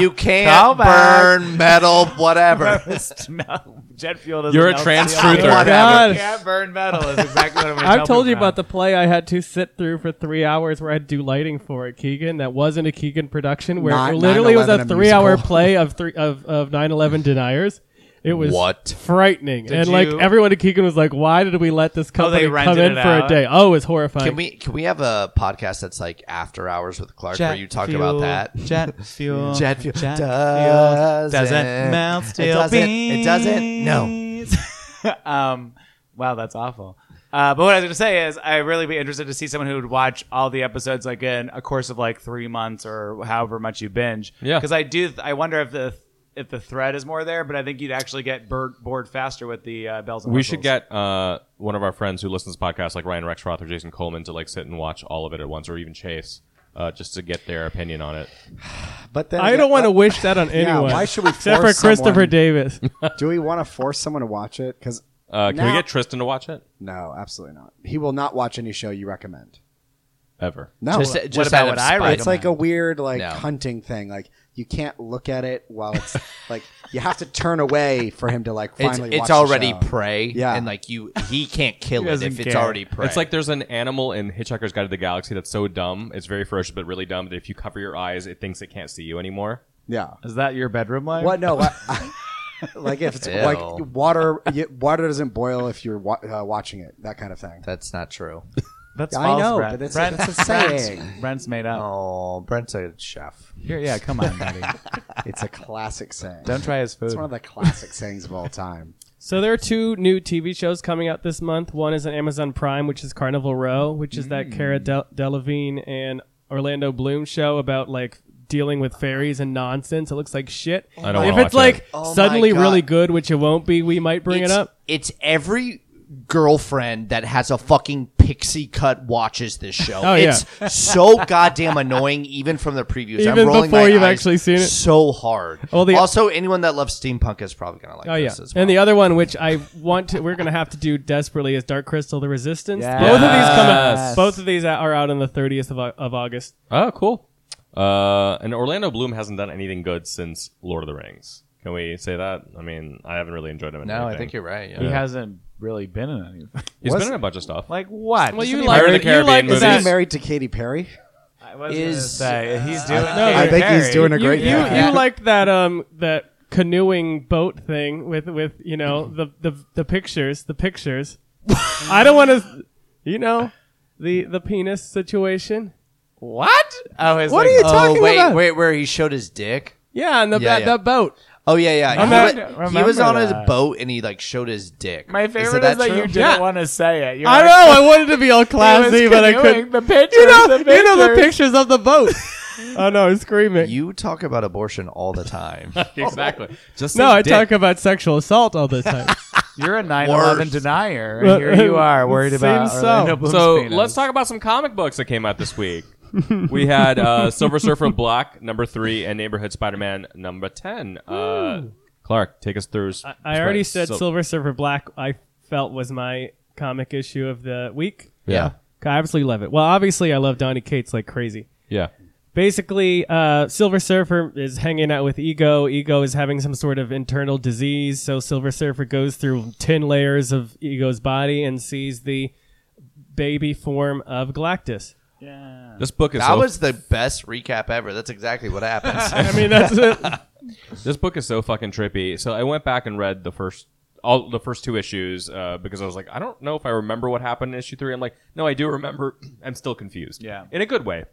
[SPEAKER 1] you
[SPEAKER 4] Call
[SPEAKER 1] can't
[SPEAKER 4] back.
[SPEAKER 1] burn metal, whatever.
[SPEAKER 4] no, jet fuel doesn't
[SPEAKER 5] You're a
[SPEAKER 4] melt
[SPEAKER 5] trans
[SPEAKER 4] steel.
[SPEAKER 5] truther.
[SPEAKER 1] Whatever.
[SPEAKER 3] God.
[SPEAKER 4] Can't burn metal is exactly what I'm gonna tell
[SPEAKER 3] I've told you
[SPEAKER 4] people now.
[SPEAKER 3] about the play I had to sit through for three hours where I had to do lighting for it, Keegan. That wasn't a Keegan production where
[SPEAKER 2] Not
[SPEAKER 3] it literally was
[SPEAKER 2] 9/11
[SPEAKER 3] a
[SPEAKER 2] a
[SPEAKER 3] three hour
[SPEAKER 2] musical.
[SPEAKER 3] play of three of, of 9-11 deniers. It was
[SPEAKER 1] What?
[SPEAKER 3] frightening. and like
[SPEAKER 4] you- Oh,
[SPEAKER 3] everyone at Keegan was like, Why did we let this company come
[SPEAKER 4] rented
[SPEAKER 3] in for
[SPEAKER 4] it
[SPEAKER 3] a
[SPEAKER 4] out?
[SPEAKER 3] day? Oh, it was horrifying.
[SPEAKER 1] Can we can we have a podcast that's like after hours with Clark where you talk about that?
[SPEAKER 4] Jet fuel.
[SPEAKER 1] Jet fuel
[SPEAKER 4] doesn't,
[SPEAKER 1] doesn't-
[SPEAKER 4] melt
[SPEAKER 1] it
[SPEAKER 4] steel
[SPEAKER 1] doesn't- it doesn't- no.
[SPEAKER 4] beams. um, wow, that's awful. Uh, but what I was going to say is, I'd really be interested to see someone who would watch all the episodes like in a course of like three months or however much you binge.
[SPEAKER 5] Yeah.
[SPEAKER 4] Because I do, I wonder if the if the thread is more there, but I think you'd actually get bored, bored faster with the uh, bells and
[SPEAKER 5] We
[SPEAKER 4] whistles.
[SPEAKER 5] should get uh, one of our friends who listens to podcasts like Ryan Rexroth or Jason Coleman to like sit and watch all of it at once, or even Chase, uh, just to get their opinion on it.
[SPEAKER 2] But then
[SPEAKER 3] I don't want to wish that on
[SPEAKER 2] Yeah,
[SPEAKER 3] anyone.
[SPEAKER 2] why should we
[SPEAKER 3] Except for
[SPEAKER 2] force
[SPEAKER 3] Christopher
[SPEAKER 2] someone-
[SPEAKER 3] Davis.
[SPEAKER 2] oh, Do we want to force someone to watch it? Because
[SPEAKER 5] Uh, can we
[SPEAKER 2] Now-
[SPEAKER 5] get Tristan to watch it?
[SPEAKER 2] no, absolutely not. He will not watch any show you recommend.
[SPEAKER 5] Ever?
[SPEAKER 2] No,
[SPEAKER 1] Just,
[SPEAKER 2] it's
[SPEAKER 1] just out
[SPEAKER 4] about
[SPEAKER 1] of
[SPEAKER 4] what I
[SPEAKER 1] spite.
[SPEAKER 4] read?
[SPEAKER 2] like a weird like
[SPEAKER 1] No.
[SPEAKER 2] hunting thing. Like you can't look at it while it's like you have to turn away for him to like
[SPEAKER 1] it's,
[SPEAKER 2] finally. watch
[SPEAKER 1] it's
[SPEAKER 2] the
[SPEAKER 1] already
[SPEAKER 2] show.
[SPEAKER 1] prey
[SPEAKER 2] Yeah.
[SPEAKER 1] and like you he can't kill it
[SPEAKER 4] doesn't
[SPEAKER 1] if it's
[SPEAKER 4] care.
[SPEAKER 1] already prey
[SPEAKER 5] It's like there's an animal in Hitchhiker's Guide to the Galaxy that's so dumb, it's very ferocious but really dumb that if you cover your eyes, it thinks it can't see you anymore.
[SPEAKER 2] Yeah.
[SPEAKER 4] Is that your bedroom light?
[SPEAKER 2] What? No. I- like if it's
[SPEAKER 1] Ew.
[SPEAKER 2] like water, you, water doesn't boil if you're wa- uh, watching it. That kind of thing.
[SPEAKER 1] that's not true
[SPEAKER 4] That's
[SPEAKER 2] I
[SPEAKER 4] false,
[SPEAKER 2] know,
[SPEAKER 4] Brent.
[SPEAKER 2] but that's-
[SPEAKER 4] Brent,
[SPEAKER 2] that's a
[SPEAKER 4] Brent's-
[SPEAKER 2] saying.
[SPEAKER 4] Brent's made up.
[SPEAKER 1] oh brent's a chef
[SPEAKER 4] You're- yeah, come on, buddy.
[SPEAKER 2] It's a classic saying.
[SPEAKER 4] Don't try his food.
[SPEAKER 2] It's one of the classic sayings of all time.
[SPEAKER 3] So there are two new TV shows coming out this month. One is on Amazon Prime, which is Carnival Row, which is that Cara
[SPEAKER 5] Mm.
[SPEAKER 3] Del- Delevingne and Orlando Bloom show about like dealing with fairies and nonsense. It looks like shit.
[SPEAKER 5] I don't
[SPEAKER 3] if
[SPEAKER 5] wanna
[SPEAKER 3] it's
[SPEAKER 5] watch
[SPEAKER 3] like
[SPEAKER 5] that.
[SPEAKER 1] Oh my
[SPEAKER 3] suddenly
[SPEAKER 1] God.
[SPEAKER 3] really good, which it won't be, we might bring
[SPEAKER 1] it's,
[SPEAKER 3] it up.
[SPEAKER 1] it's every girlfriend that has a fucking pixie cut watches this show.
[SPEAKER 3] Oh, yeah.
[SPEAKER 1] it's so goddamn annoying, even from the previews. I'm
[SPEAKER 3] Even
[SPEAKER 1] rolling
[SPEAKER 3] before
[SPEAKER 1] my
[SPEAKER 3] you've
[SPEAKER 1] eyes
[SPEAKER 3] actually seen it?
[SPEAKER 1] so hard.
[SPEAKER 3] Well, the-
[SPEAKER 1] also, anyone that loves steampunk is probably gonna like
[SPEAKER 3] Oh yeah,
[SPEAKER 1] this as well.
[SPEAKER 3] and the other one which I want to, we're gonna have to do desperately is Dark Crystal: The Resistance.
[SPEAKER 4] Yes.
[SPEAKER 3] Both of these come
[SPEAKER 4] Yes.
[SPEAKER 3] out. Both of these are out on the 30th of, Au- of August.
[SPEAKER 5] Oh, cool. Uh, and Orlando Bloom hasn't done anything good since Lord of the Rings. Can we say that? I mean, I haven't really enjoyed him. In
[SPEAKER 1] no, I
[SPEAKER 5] anything.
[SPEAKER 1] think you're right.
[SPEAKER 4] He
[SPEAKER 1] Yeah.
[SPEAKER 4] hasn't really been in anything.
[SPEAKER 5] He's
[SPEAKER 2] Was-
[SPEAKER 5] been in a bunch of stuff.
[SPEAKER 4] Like what?
[SPEAKER 3] Well, you
[SPEAKER 5] like-
[SPEAKER 3] like
[SPEAKER 5] Pirates of the
[SPEAKER 3] you like
[SPEAKER 2] Isn't
[SPEAKER 5] Caribbean
[SPEAKER 2] he
[SPEAKER 5] movies.
[SPEAKER 3] that.
[SPEAKER 2] married to Katy Perry?
[SPEAKER 4] I was gonna
[SPEAKER 1] Is-
[SPEAKER 4] say, he's doing.
[SPEAKER 3] No,
[SPEAKER 2] I think he's
[SPEAKER 4] Harry.
[SPEAKER 2] doing a
[SPEAKER 3] You,
[SPEAKER 2] great
[SPEAKER 3] you,
[SPEAKER 2] job.
[SPEAKER 3] you liked that um that canoeing boat thing with with you know the the the pictures the pictures. I don't want to, you know, the the penis situation.
[SPEAKER 4] What? Oh, his like,
[SPEAKER 2] What are you
[SPEAKER 4] oh,
[SPEAKER 1] Oh
[SPEAKER 2] talking
[SPEAKER 1] wait,
[SPEAKER 2] about?
[SPEAKER 1] wait, where he showed his dick.
[SPEAKER 3] Yeah, and the
[SPEAKER 1] Yeah,
[SPEAKER 3] that,
[SPEAKER 1] yeah.
[SPEAKER 3] that boat.
[SPEAKER 1] Oh yeah, yeah. He,
[SPEAKER 4] Remember-
[SPEAKER 1] wa- he
[SPEAKER 4] remember
[SPEAKER 1] was on his
[SPEAKER 4] that.
[SPEAKER 1] boat and he like showed his dick.
[SPEAKER 4] My
[SPEAKER 1] Is
[SPEAKER 4] favorite is that
[SPEAKER 1] true?
[SPEAKER 4] you didn't
[SPEAKER 3] Yeah.
[SPEAKER 4] want to say it. You're
[SPEAKER 3] I know.
[SPEAKER 4] like,
[SPEAKER 3] I wanted to be all
[SPEAKER 4] he
[SPEAKER 3] classy,
[SPEAKER 4] was
[SPEAKER 3] but I
[SPEAKER 4] canoeing.
[SPEAKER 3] couldn't.
[SPEAKER 4] The pictures.
[SPEAKER 3] You know,
[SPEAKER 4] the pictures.
[SPEAKER 3] you know the pictures of the boat. oh no, I'm screaming.
[SPEAKER 1] You talk about abortion all the time.
[SPEAKER 5] exactly. Just
[SPEAKER 3] no,
[SPEAKER 5] his
[SPEAKER 3] I
[SPEAKER 5] dick.
[SPEAKER 3] talk about sexual assault all the time.
[SPEAKER 4] You're a 9/11 denier, and
[SPEAKER 3] Well,
[SPEAKER 4] here you are worried about.
[SPEAKER 3] seems so.
[SPEAKER 4] Orlando Bloom's
[SPEAKER 5] So
[SPEAKER 4] penis.
[SPEAKER 5] let's talk about some comic books that came out this week. we had uh, Silver Surfer Black number three and Neighborhood Spider Man number ten. Uh, Clark, take us through. s-
[SPEAKER 3] I already said
[SPEAKER 5] Sil-
[SPEAKER 3] Silver Surfer Black. I felt was my comic issue of the week.
[SPEAKER 5] Yeah,
[SPEAKER 3] I absolutely love it. Well, obviously, I love Donny Cates like crazy.
[SPEAKER 5] yeah.
[SPEAKER 3] Basically, uh, Silver Surfer is hanging out with Ego. Ego is having some sort of internal disease, so Silver Surfer goes through ten layers of Ego's body and sees the baby form of Galactus.
[SPEAKER 5] This book is
[SPEAKER 1] That
[SPEAKER 5] so,
[SPEAKER 1] was the best recap ever. That's exactly what happens.
[SPEAKER 3] I mean, that's it.
[SPEAKER 5] this book is so fucking trippy. So I went back and read the first all the first two issues uh, because I was like, I don't know if I remember what happened in issue three. I'm like, no, I do remember. I'm still confused.
[SPEAKER 4] Yeah.
[SPEAKER 5] in a good way.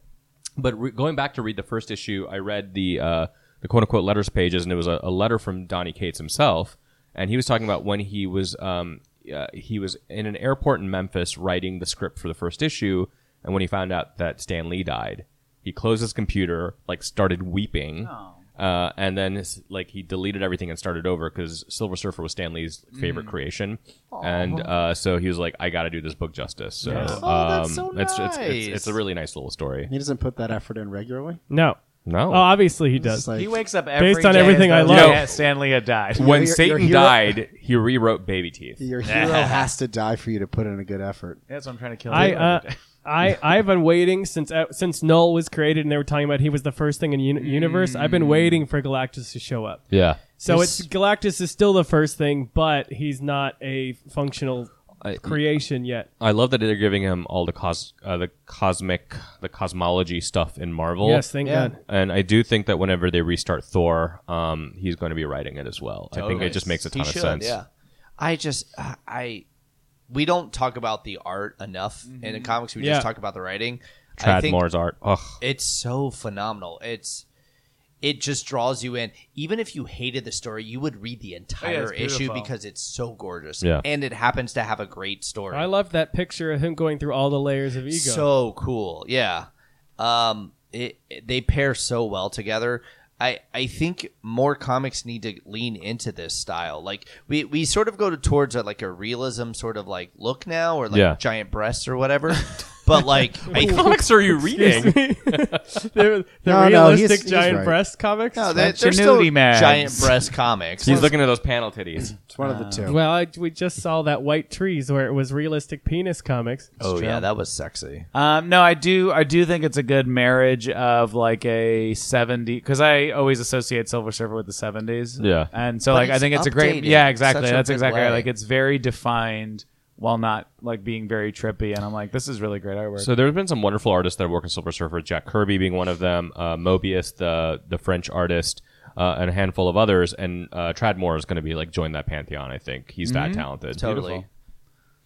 [SPEAKER 5] But re- going back to read the first issue, I read the uh, the quote unquote letters pages, and it was a, a letter from Donnie Cates himself, and he was talking about when he was um, uh, he was in an airport in Memphis writing the script for the first issue, and when he found out that Stan Lee died, he closed his computer, like started weeping.
[SPEAKER 1] Oh.
[SPEAKER 5] Uh, and then his, like he deleted everything and started over because Silver Surfer was Stan Lee's
[SPEAKER 1] Mm-hmm.
[SPEAKER 5] favorite creation, and uh, so he was like, "I got to do this book justice." So,
[SPEAKER 1] Oh, that's
[SPEAKER 5] um,
[SPEAKER 1] so
[SPEAKER 5] it's, it's, it's,
[SPEAKER 1] nice.
[SPEAKER 5] it's a really nice little story.
[SPEAKER 2] He doesn't put that effort in regularly.
[SPEAKER 3] no,
[SPEAKER 5] No.
[SPEAKER 3] oh, obviously he
[SPEAKER 2] It's
[SPEAKER 3] does.
[SPEAKER 2] like-
[SPEAKER 4] He wakes up every
[SPEAKER 3] Based on
[SPEAKER 4] day
[SPEAKER 3] everything
[SPEAKER 4] as
[SPEAKER 3] I
[SPEAKER 4] though
[SPEAKER 3] love.
[SPEAKER 4] Stan- Stanley had died.
[SPEAKER 5] when
[SPEAKER 2] Your- your
[SPEAKER 5] Satan
[SPEAKER 2] hero-
[SPEAKER 5] died, he rewrote Baby Teeth.
[SPEAKER 2] Your hero has to die for you to put in a good effort.
[SPEAKER 4] That's what I'm trying to kill.
[SPEAKER 3] I
[SPEAKER 4] you.
[SPEAKER 3] uh, I I've been waiting since uh, since Null was created, and they were talking about he was the first thing in uni- universe. I've been waiting for Galactus to show up.
[SPEAKER 5] Yeah.
[SPEAKER 3] So
[SPEAKER 1] This-
[SPEAKER 3] it's Galactus is still the first thing, but he's not a functional creation yet.
[SPEAKER 5] I love that they're giving him all the cos uh, the cosmic the cosmology stuff in Marvel.
[SPEAKER 3] yes, thank
[SPEAKER 1] yeah.
[SPEAKER 3] God.
[SPEAKER 5] And I do think that whenever they restart Thor, um, he's going to be writing it as well. I think it just makes a ton
[SPEAKER 1] He
[SPEAKER 5] of
[SPEAKER 1] should,
[SPEAKER 5] sense.
[SPEAKER 1] Yeah, I just I- I we don't talk about the art enough
[SPEAKER 4] Mm-hmm.
[SPEAKER 1] in the comics. We
[SPEAKER 3] Yeah.
[SPEAKER 1] just talk about the writing. I
[SPEAKER 5] Trad
[SPEAKER 1] think
[SPEAKER 5] Moore's art. Ugh.
[SPEAKER 1] it's so phenomenal. It's it just draws you in. Even if you hated the story, you would read the entire
[SPEAKER 4] Oh, it's
[SPEAKER 1] issue
[SPEAKER 4] beautiful.
[SPEAKER 1] because it's so gorgeous.
[SPEAKER 5] Yeah.
[SPEAKER 1] and it happens to have a great story.
[SPEAKER 3] I love that picture of him going through all the layers of ego.
[SPEAKER 1] So cool. Yeah. Um it, it- they pair so well together. I, I think more comics need to lean into this style. Like we, we sort of go to, towards a, like a realism sort of like look now or like
[SPEAKER 5] Yeah.
[SPEAKER 1] giant breasts or whatever. but like I think
[SPEAKER 5] comics are you reading?
[SPEAKER 3] the the
[SPEAKER 2] No, no,
[SPEAKER 3] realistic
[SPEAKER 2] he's- he's
[SPEAKER 3] giant
[SPEAKER 2] right.
[SPEAKER 3] breast comics.
[SPEAKER 1] no, they're,
[SPEAKER 4] That's your
[SPEAKER 1] they're still
[SPEAKER 4] nudie mags.
[SPEAKER 1] giant breast comics.
[SPEAKER 5] He's looking at those panel titties.
[SPEAKER 2] It's one
[SPEAKER 4] Uh,
[SPEAKER 2] of the two.
[SPEAKER 3] well, I, we just saw that White Trees where it was realistic penis comics.
[SPEAKER 1] oh yeah, that was sexy.
[SPEAKER 4] Um, no, I do. I do think it's a good marriage of like a seventy because I always associate Silver Surfer with the seventies.
[SPEAKER 5] Yeah.
[SPEAKER 4] and so
[SPEAKER 1] But
[SPEAKER 4] like I
[SPEAKER 1] it's
[SPEAKER 4] think it's a
[SPEAKER 1] updated
[SPEAKER 4] great. Yeah,
[SPEAKER 1] in
[SPEAKER 4] exactly.
[SPEAKER 1] such a
[SPEAKER 4] That's
[SPEAKER 1] good
[SPEAKER 4] exactly
[SPEAKER 1] way.
[SPEAKER 4] right. like it's very defined while not like being very trippy. And I'm like, this is really great artwork.
[SPEAKER 5] So there's been some wonderful artists that work in Silver Surfer. Jack Kirby being one of them, uh, Mobius, the the French artist, uh, and a handful of others. And uh, Trad Moore is going to be like join that pantheon. I think he's that talented.
[SPEAKER 1] Totally.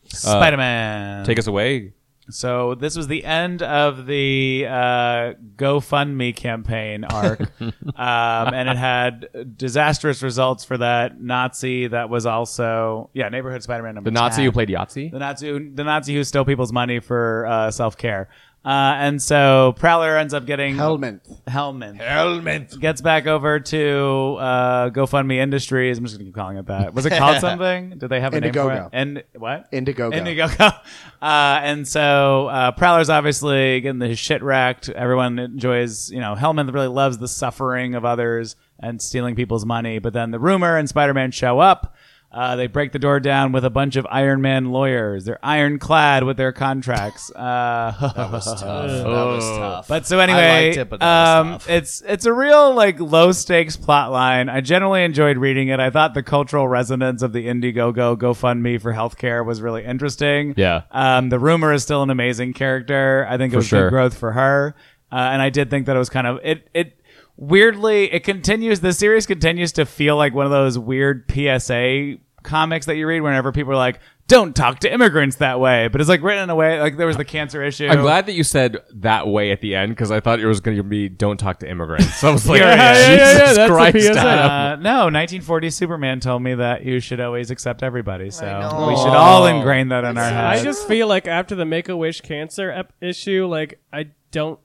[SPEAKER 4] Spider Man.
[SPEAKER 5] uh, Take us away.
[SPEAKER 4] So this was the end of the uh, GoFundMe campaign arc, um, and it had disastrous results for that Nazi that was also yeah neighborhood Spider-Man number
[SPEAKER 5] The Nazi
[SPEAKER 4] 10.
[SPEAKER 5] who played Yahtzee.
[SPEAKER 4] the Nazi who, the Nazi who stole people's money for uh, self care. Uh, and so Prowler ends up getting
[SPEAKER 2] Helmet.
[SPEAKER 4] Hellman
[SPEAKER 1] Helmet.
[SPEAKER 4] gets back over to uh, GoFundMe Industries. I'm just gonna keep calling it that. Was it called something? Did they have a name for it?
[SPEAKER 2] Indiegogo.
[SPEAKER 4] And what?
[SPEAKER 2] Indiegogo.
[SPEAKER 4] Indiegogo. Uh, and so uh, Prowler's obviously getting his shit racked. Everyone enjoys, you know, Hellman really loves the suffering of others and stealing people's money. But then the rumor and Spider-Man show up. Uh, they break the door down with a bunch of Iron Man lawyers. They're ironclad with their contracts. Uh,
[SPEAKER 1] That was tough.
[SPEAKER 4] But so anyway,
[SPEAKER 1] I liked it, but that
[SPEAKER 4] um,
[SPEAKER 1] was tough.
[SPEAKER 4] it's it's a real like low stakes plot line. I generally enjoyed reading it. I thought the cultural resonance of the Indiegogo GoFundMe for healthcare was really interesting.
[SPEAKER 5] Yeah.
[SPEAKER 4] Um, the rumor is still an amazing character. I think it was
[SPEAKER 5] sure.
[SPEAKER 4] good growth for her, uh, and I did think that it was kind of it it. Weirdly, it continues. The series continues to feel like one of those weird PSA comics that you read whenever people are like, "Don't talk to immigrants that way," but it's like written in a way like there was the cancer issue.
[SPEAKER 5] I'm glad that you said that way at the end because I thought it was going to be "Don't talk to immigrants." So I was like,
[SPEAKER 4] Yeah, yeah, yeah,
[SPEAKER 5] Jesus
[SPEAKER 3] yeah, that's the
[SPEAKER 5] Christ,
[SPEAKER 3] PSA.
[SPEAKER 5] Adam.
[SPEAKER 4] Uh, no, 1940 Superman told me that you should always accept everybody. So
[SPEAKER 1] know.
[SPEAKER 4] we should all ingrain that in our
[SPEAKER 3] I
[SPEAKER 4] heads.
[SPEAKER 3] just feel like after the Make a Wish cancer ep- issue, like I don't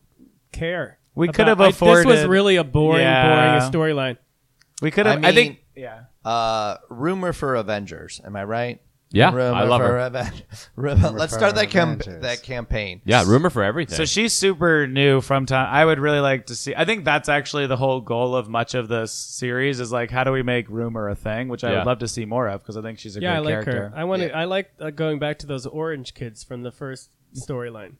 [SPEAKER 3] care.
[SPEAKER 4] We
[SPEAKER 3] about-
[SPEAKER 4] could have
[SPEAKER 3] I-
[SPEAKER 4] afforded-
[SPEAKER 3] This was really a boring,
[SPEAKER 4] Yeah.
[SPEAKER 3] boring storyline.
[SPEAKER 4] we could have. I,
[SPEAKER 1] I mean-
[SPEAKER 4] think. Yeah.
[SPEAKER 1] Uh, rumor for Avengers. Am I right?
[SPEAKER 5] Yeah,
[SPEAKER 1] Rumor
[SPEAKER 5] I love
[SPEAKER 1] for
[SPEAKER 5] her.
[SPEAKER 1] Aven- rumor- Let's
[SPEAKER 2] for
[SPEAKER 1] start that camp-
[SPEAKER 2] Avengers.
[SPEAKER 1] that campaign.
[SPEAKER 5] Yeah, rumor for everything.
[SPEAKER 4] So she's super new from time. I would really like to see. I think that's actually the whole goal of much of this series is like, how do we make rumor a thing? Which I
[SPEAKER 5] Yeah.
[SPEAKER 4] would love to see more of because I think she's a
[SPEAKER 3] Yeah, I
[SPEAKER 4] great
[SPEAKER 3] like
[SPEAKER 4] character.
[SPEAKER 3] her. I want to. I like uh, going back to those orange kids from the first storyline.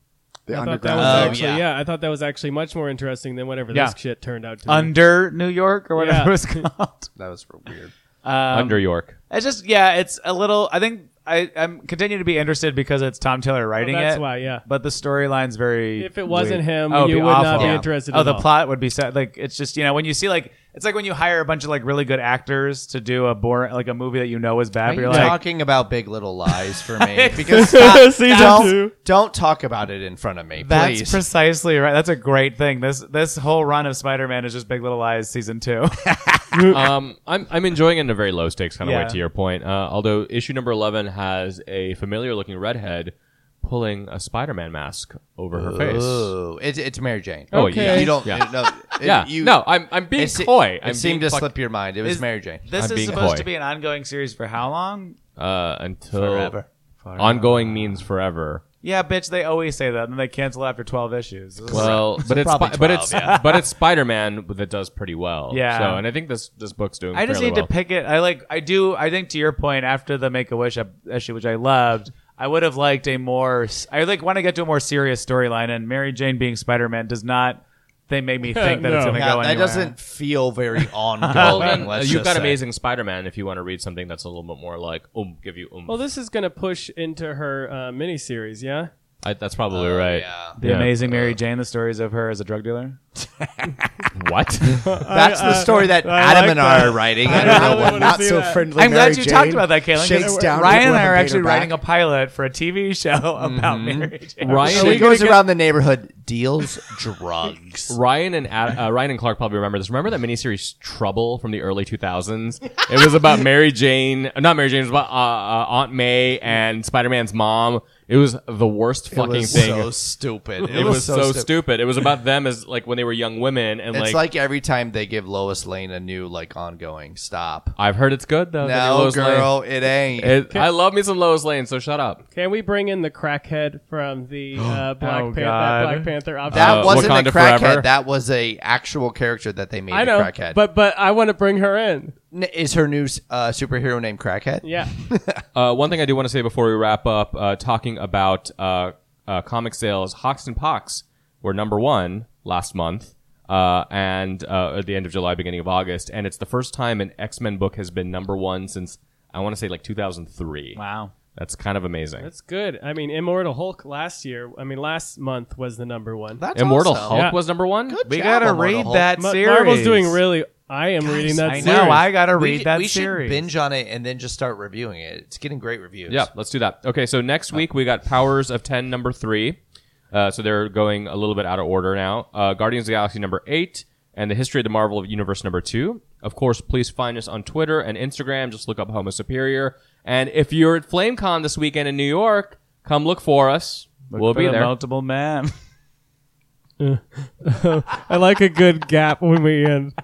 [SPEAKER 2] The
[SPEAKER 3] I thought that
[SPEAKER 2] underground.
[SPEAKER 3] was
[SPEAKER 1] Oh, yeah.
[SPEAKER 3] actually, yeah. I thought that was actually much more interesting than whatever
[SPEAKER 4] Yeah.
[SPEAKER 3] this shit turned out to be.
[SPEAKER 4] Under New York or whatever
[SPEAKER 3] Yeah.
[SPEAKER 4] it's called.
[SPEAKER 1] That was weird.
[SPEAKER 5] under York.
[SPEAKER 4] It's just yeah, it's a little. I think I, I'm continue to be interested because it's Tom Taylor writing
[SPEAKER 3] Oh, that's
[SPEAKER 4] it.
[SPEAKER 3] why, yeah.
[SPEAKER 4] But the storyline's very. Oh,
[SPEAKER 3] If it wasn't him,
[SPEAKER 4] it'd
[SPEAKER 3] you
[SPEAKER 4] be
[SPEAKER 3] would not be
[SPEAKER 1] Yeah.
[SPEAKER 3] interested
[SPEAKER 4] Oh,
[SPEAKER 3] at
[SPEAKER 4] the
[SPEAKER 3] all.
[SPEAKER 4] plot would be sad. Like it's just you know when you see like it's like when you hire a bunch of like really good actors to do a boring like a movie that you know is bad.
[SPEAKER 1] Are
[SPEAKER 4] But
[SPEAKER 1] you
[SPEAKER 4] you're like,
[SPEAKER 1] talking about Big Little Lies for me? Because stop,
[SPEAKER 3] Season two.
[SPEAKER 1] don't, don't talk about it in front of me,
[SPEAKER 4] that's
[SPEAKER 1] please.
[SPEAKER 4] precisely right. That's a great thing. This this whole run of Spider-Man is just Big Little Lies season two.
[SPEAKER 5] um, I'm I'm enjoying it in a very low stakes kind of
[SPEAKER 4] Yeah.
[SPEAKER 5] way. To your point, uh, although issue number eleven has a familiar looking redhead pulling a Spider-Man mask over her face.
[SPEAKER 1] Ooh, it, it's Mary Jane.
[SPEAKER 5] Oh, yeah.
[SPEAKER 1] you don't.
[SPEAKER 5] Yeah.
[SPEAKER 1] No, it-
[SPEAKER 5] yeah,
[SPEAKER 1] you,
[SPEAKER 5] no, I'm I'm being
[SPEAKER 1] it, se-
[SPEAKER 5] coy.
[SPEAKER 1] It
[SPEAKER 5] I'm
[SPEAKER 1] seemed to
[SPEAKER 5] being fuck-
[SPEAKER 1] slip your mind. It was
[SPEAKER 4] Is-
[SPEAKER 1] Mary Jane.
[SPEAKER 4] this
[SPEAKER 5] I'm
[SPEAKER 4] is
[SPEAKER 5] being
[SPEAKER 4] supposed
[SPEAKER 5] coy.
[SPEAKER 4] to be an ongoing series for how long?
[SPEAKER 5] uh, until
[SPEAKER 4] Forever.
[SPEAKER 5] Ongoing means forever.
[SPEAKER 4] Yeah, bitch. They always say that, and then they cancel after twelve issues. This is-
[SPEAKER 5] Well, but it's
[SPEAKER 1] probably
[SPEAKER 5] Spi- but it's
[SPEAKER 1] 12, yeah.
[SPEAKER 5] but it's Spider-Man that does pretty well.
[SPEAKER 4] Yeah.
[SPEAKER 5] So, and I think this this book's doing.
[SPEAKER 4] I just
[SPEAKER 5] fairly
[SPEAKER 4] need
[SPEAKER 5] well.
[SPEAKER 4] to pick it. I like. I do. I think to your point, after the Make a Wish ep- issue, which I loved, I would have liked a more. s- I like want to get to a more serious storyline, and Mary Jane being Spider Man does not. They make me think that it's
[SPEAKER 3] No.
[SPEAKER 4] going to
[SPEAKER 1] Yeah,
[SPEAKER 4] go
[SPEAKER 1] that
[SPEAKER 4] anywhere.
[SPEAKER 1] doesn't feel very
[SPEAKER 5] Well,
[SPEAKER 1] ongoing.
[SPEAKER 5] then,
[SPEAKER 1] let's
[SPEAKER 5] you've
[SPEAKER 1] just
[SPEAKER 5] got
[SPEAKER 1] say.
[SPEAKER 5] Amazing Spider-Man. If you want to read something that's a little bit more like um, give you um,
[SPEAKER 3] Well, this is going to push into her uh, miniseries, yeah?
[SPEAKER 5] I, that's probably
[SPEAKER 1] uh,
[SPEAKER 5] right.
[SPEAKER 1] Yeah.
[SPEAKER 4] The
[SPEAKER 5] Yeah.
[SPEAKER 4] amazing Mary Jane, the stories of her as a drug dealer.
[SPEAKER 5] What?
[SPEAKER 1] That's the story that Adam and I are writing. I don't
[SPEAKER 2] Now
[SPEAKER 1] know
[SPEAKER 2] we're
[SPEAKER 1] what
[SPEAKER 2] not so friendly.
[SPEAKER 4] I'm
[SPEAKER 2] Mary
[SPEAKER 4] glad you
[SPEAKER 2] Jane
[SPEAKER 4] talked about that, Caitlin. 'cause
[SPEAKER 2] Shakes down
[SPEAKER 4] Ryan and I
[SPEAKER 2] Willem
[SPEAKER 4] are actually
[SPEAKER 2] Dafoe
[SPEAKER 4] writing a
[SPEAKER 2] back. pilot.
[SPEAKER 4] pilot for a TV show about
[SPEAKER 3] Mm-hmm.
[SPEAKER 4] Mary Jane.
[SPEAKER 5] Ryan,
[SPEAKER 1] She goes around the neighborhood, deals drugs.
[SPEAKER 5] Ryan and Ad, uh, Ryan and Clark probably remember this. Remember that miniseries Trouble from the early 2000s? It was about Mary Jane, uh, not Mary Jane, it was about uh, uh, Aunt May and Spider-Man's mom. It was the worst fucking
[SPEAKER 1] it was
[SPEAKER 5] thing.
[SPEAKER 1] so stupid. It,
[SPEAKER 5] it was so, stupid. It was about them as like when they were young women and
[SPEAKER 1] It's
[SPEAKER 5] like,
[SPEAKER 1] like every time they give Lois Lane a new like ongoing stop.
[SPEAKER 5] I've heard it's good though. the new
[SPEAKER 1] No,
[SPEAKER 5] Lois Lane.
[SPEAKER 1] girl, it ain't.
[SPEAKER 5] It- I love me some Lois Lane, so shut up.
[SPEAKER 3] Can we bring in the crackhead from the uh, Black,
[SPEAKER 4] Oh,
[SPEAKER 3] Panther?
[SPEAKER 4] God.
[SPEAKER 3] Black Panther option?
[SPEAKER 1] that
[SPEAKER 5] Uh,
[SPEAKER 1] wasn't
[SPEAKER 5] Wakanda
[SPEAKER 1] a crackhead.
[SPEAKER 5] Forever.
[SPEAKER 1] That was a actual character that they made.
[SPEAKER 3] I
[SPEAKER 1] a
[SPEAKER 3] know,
[SPEAKER 1] crackhead.
[SPEAKER 3] but but I want to bring her in.
[SPEAKER 1] N- is her new uh, superhero named Crackhead?
[SPEAKER 3] Yeah,
[SPEAKER 5] Uh, one thing I do want to say before we wrap up, uh, talking about uh, uh, comic sales, Hawks and Pox were number one last month, uh, and uh, at the end of July, beginning of August, and it's the first time an X Men book has been number one since I want to say like 2003.
[SPEAKER 4] Wow.
[SPEAKER 5] that's kind of amazing.
[SPEAKER 3] that's good. I mean, Immortal Hulk last year. I mean, last month was the number one.
[SPEAKER 1] That's
[SPEAKER 5] Immortal
[SPEAKER 1] awesome.
[SPEAKER 5] Hulk
[SPEAKER 3] Yeah.
[SPEAKER 5] was number one.
[SPEAKER 1] Good
[SPEAKER 4] We
[SPEAKER 1] job,
[SPEAKER 4] gotta
[SPEAKER 1] Immortal
[SPEAKER 4] read
[SPEAKER 1] Hulk.
[SPEAKER 4] that
[SPEAKER 3] Ma-
[SPEAKER 4] series.
[SPEAKER 3] Marvel's doing really. I am reading that
[SPEAKER 4] I
[SPEAKER 3] series.
[SPEAKER 4] know. I gotta
[SPEAKER 1] We
[SPEAKER 4] read
[SPEAKER 1] should-
[SPEAKER 4] that
[SPEAKER 1] we should
[SPEAKER 4] series.
[SPEAKER 1] binge on it and then just start reviewing it. It's getting great reviews.
[SPEAKER 5] Yeah, let's do that. Okay, so next week we got Powers of Ten number three. Uh, so they're going a little bit out of order now. Uh, Guardians of the Galaxy number eight and the History of the Marvel Universe number two. Of course, please find us on Twitter and Instagram. Just look up Homo Superior. And if you're at FlameCon this weekend in New York, come look for us.
[SPEAKER 4] Look
[SPEAKER 5] we'll
[SPEAKER 4] for
[SPEAKER 5] be
[SPEAKER 4] the
[SPEAKER 5] there.
[SPEAKER 4] Multiple man.
[SPEAKER 3] I like a good gap when we end.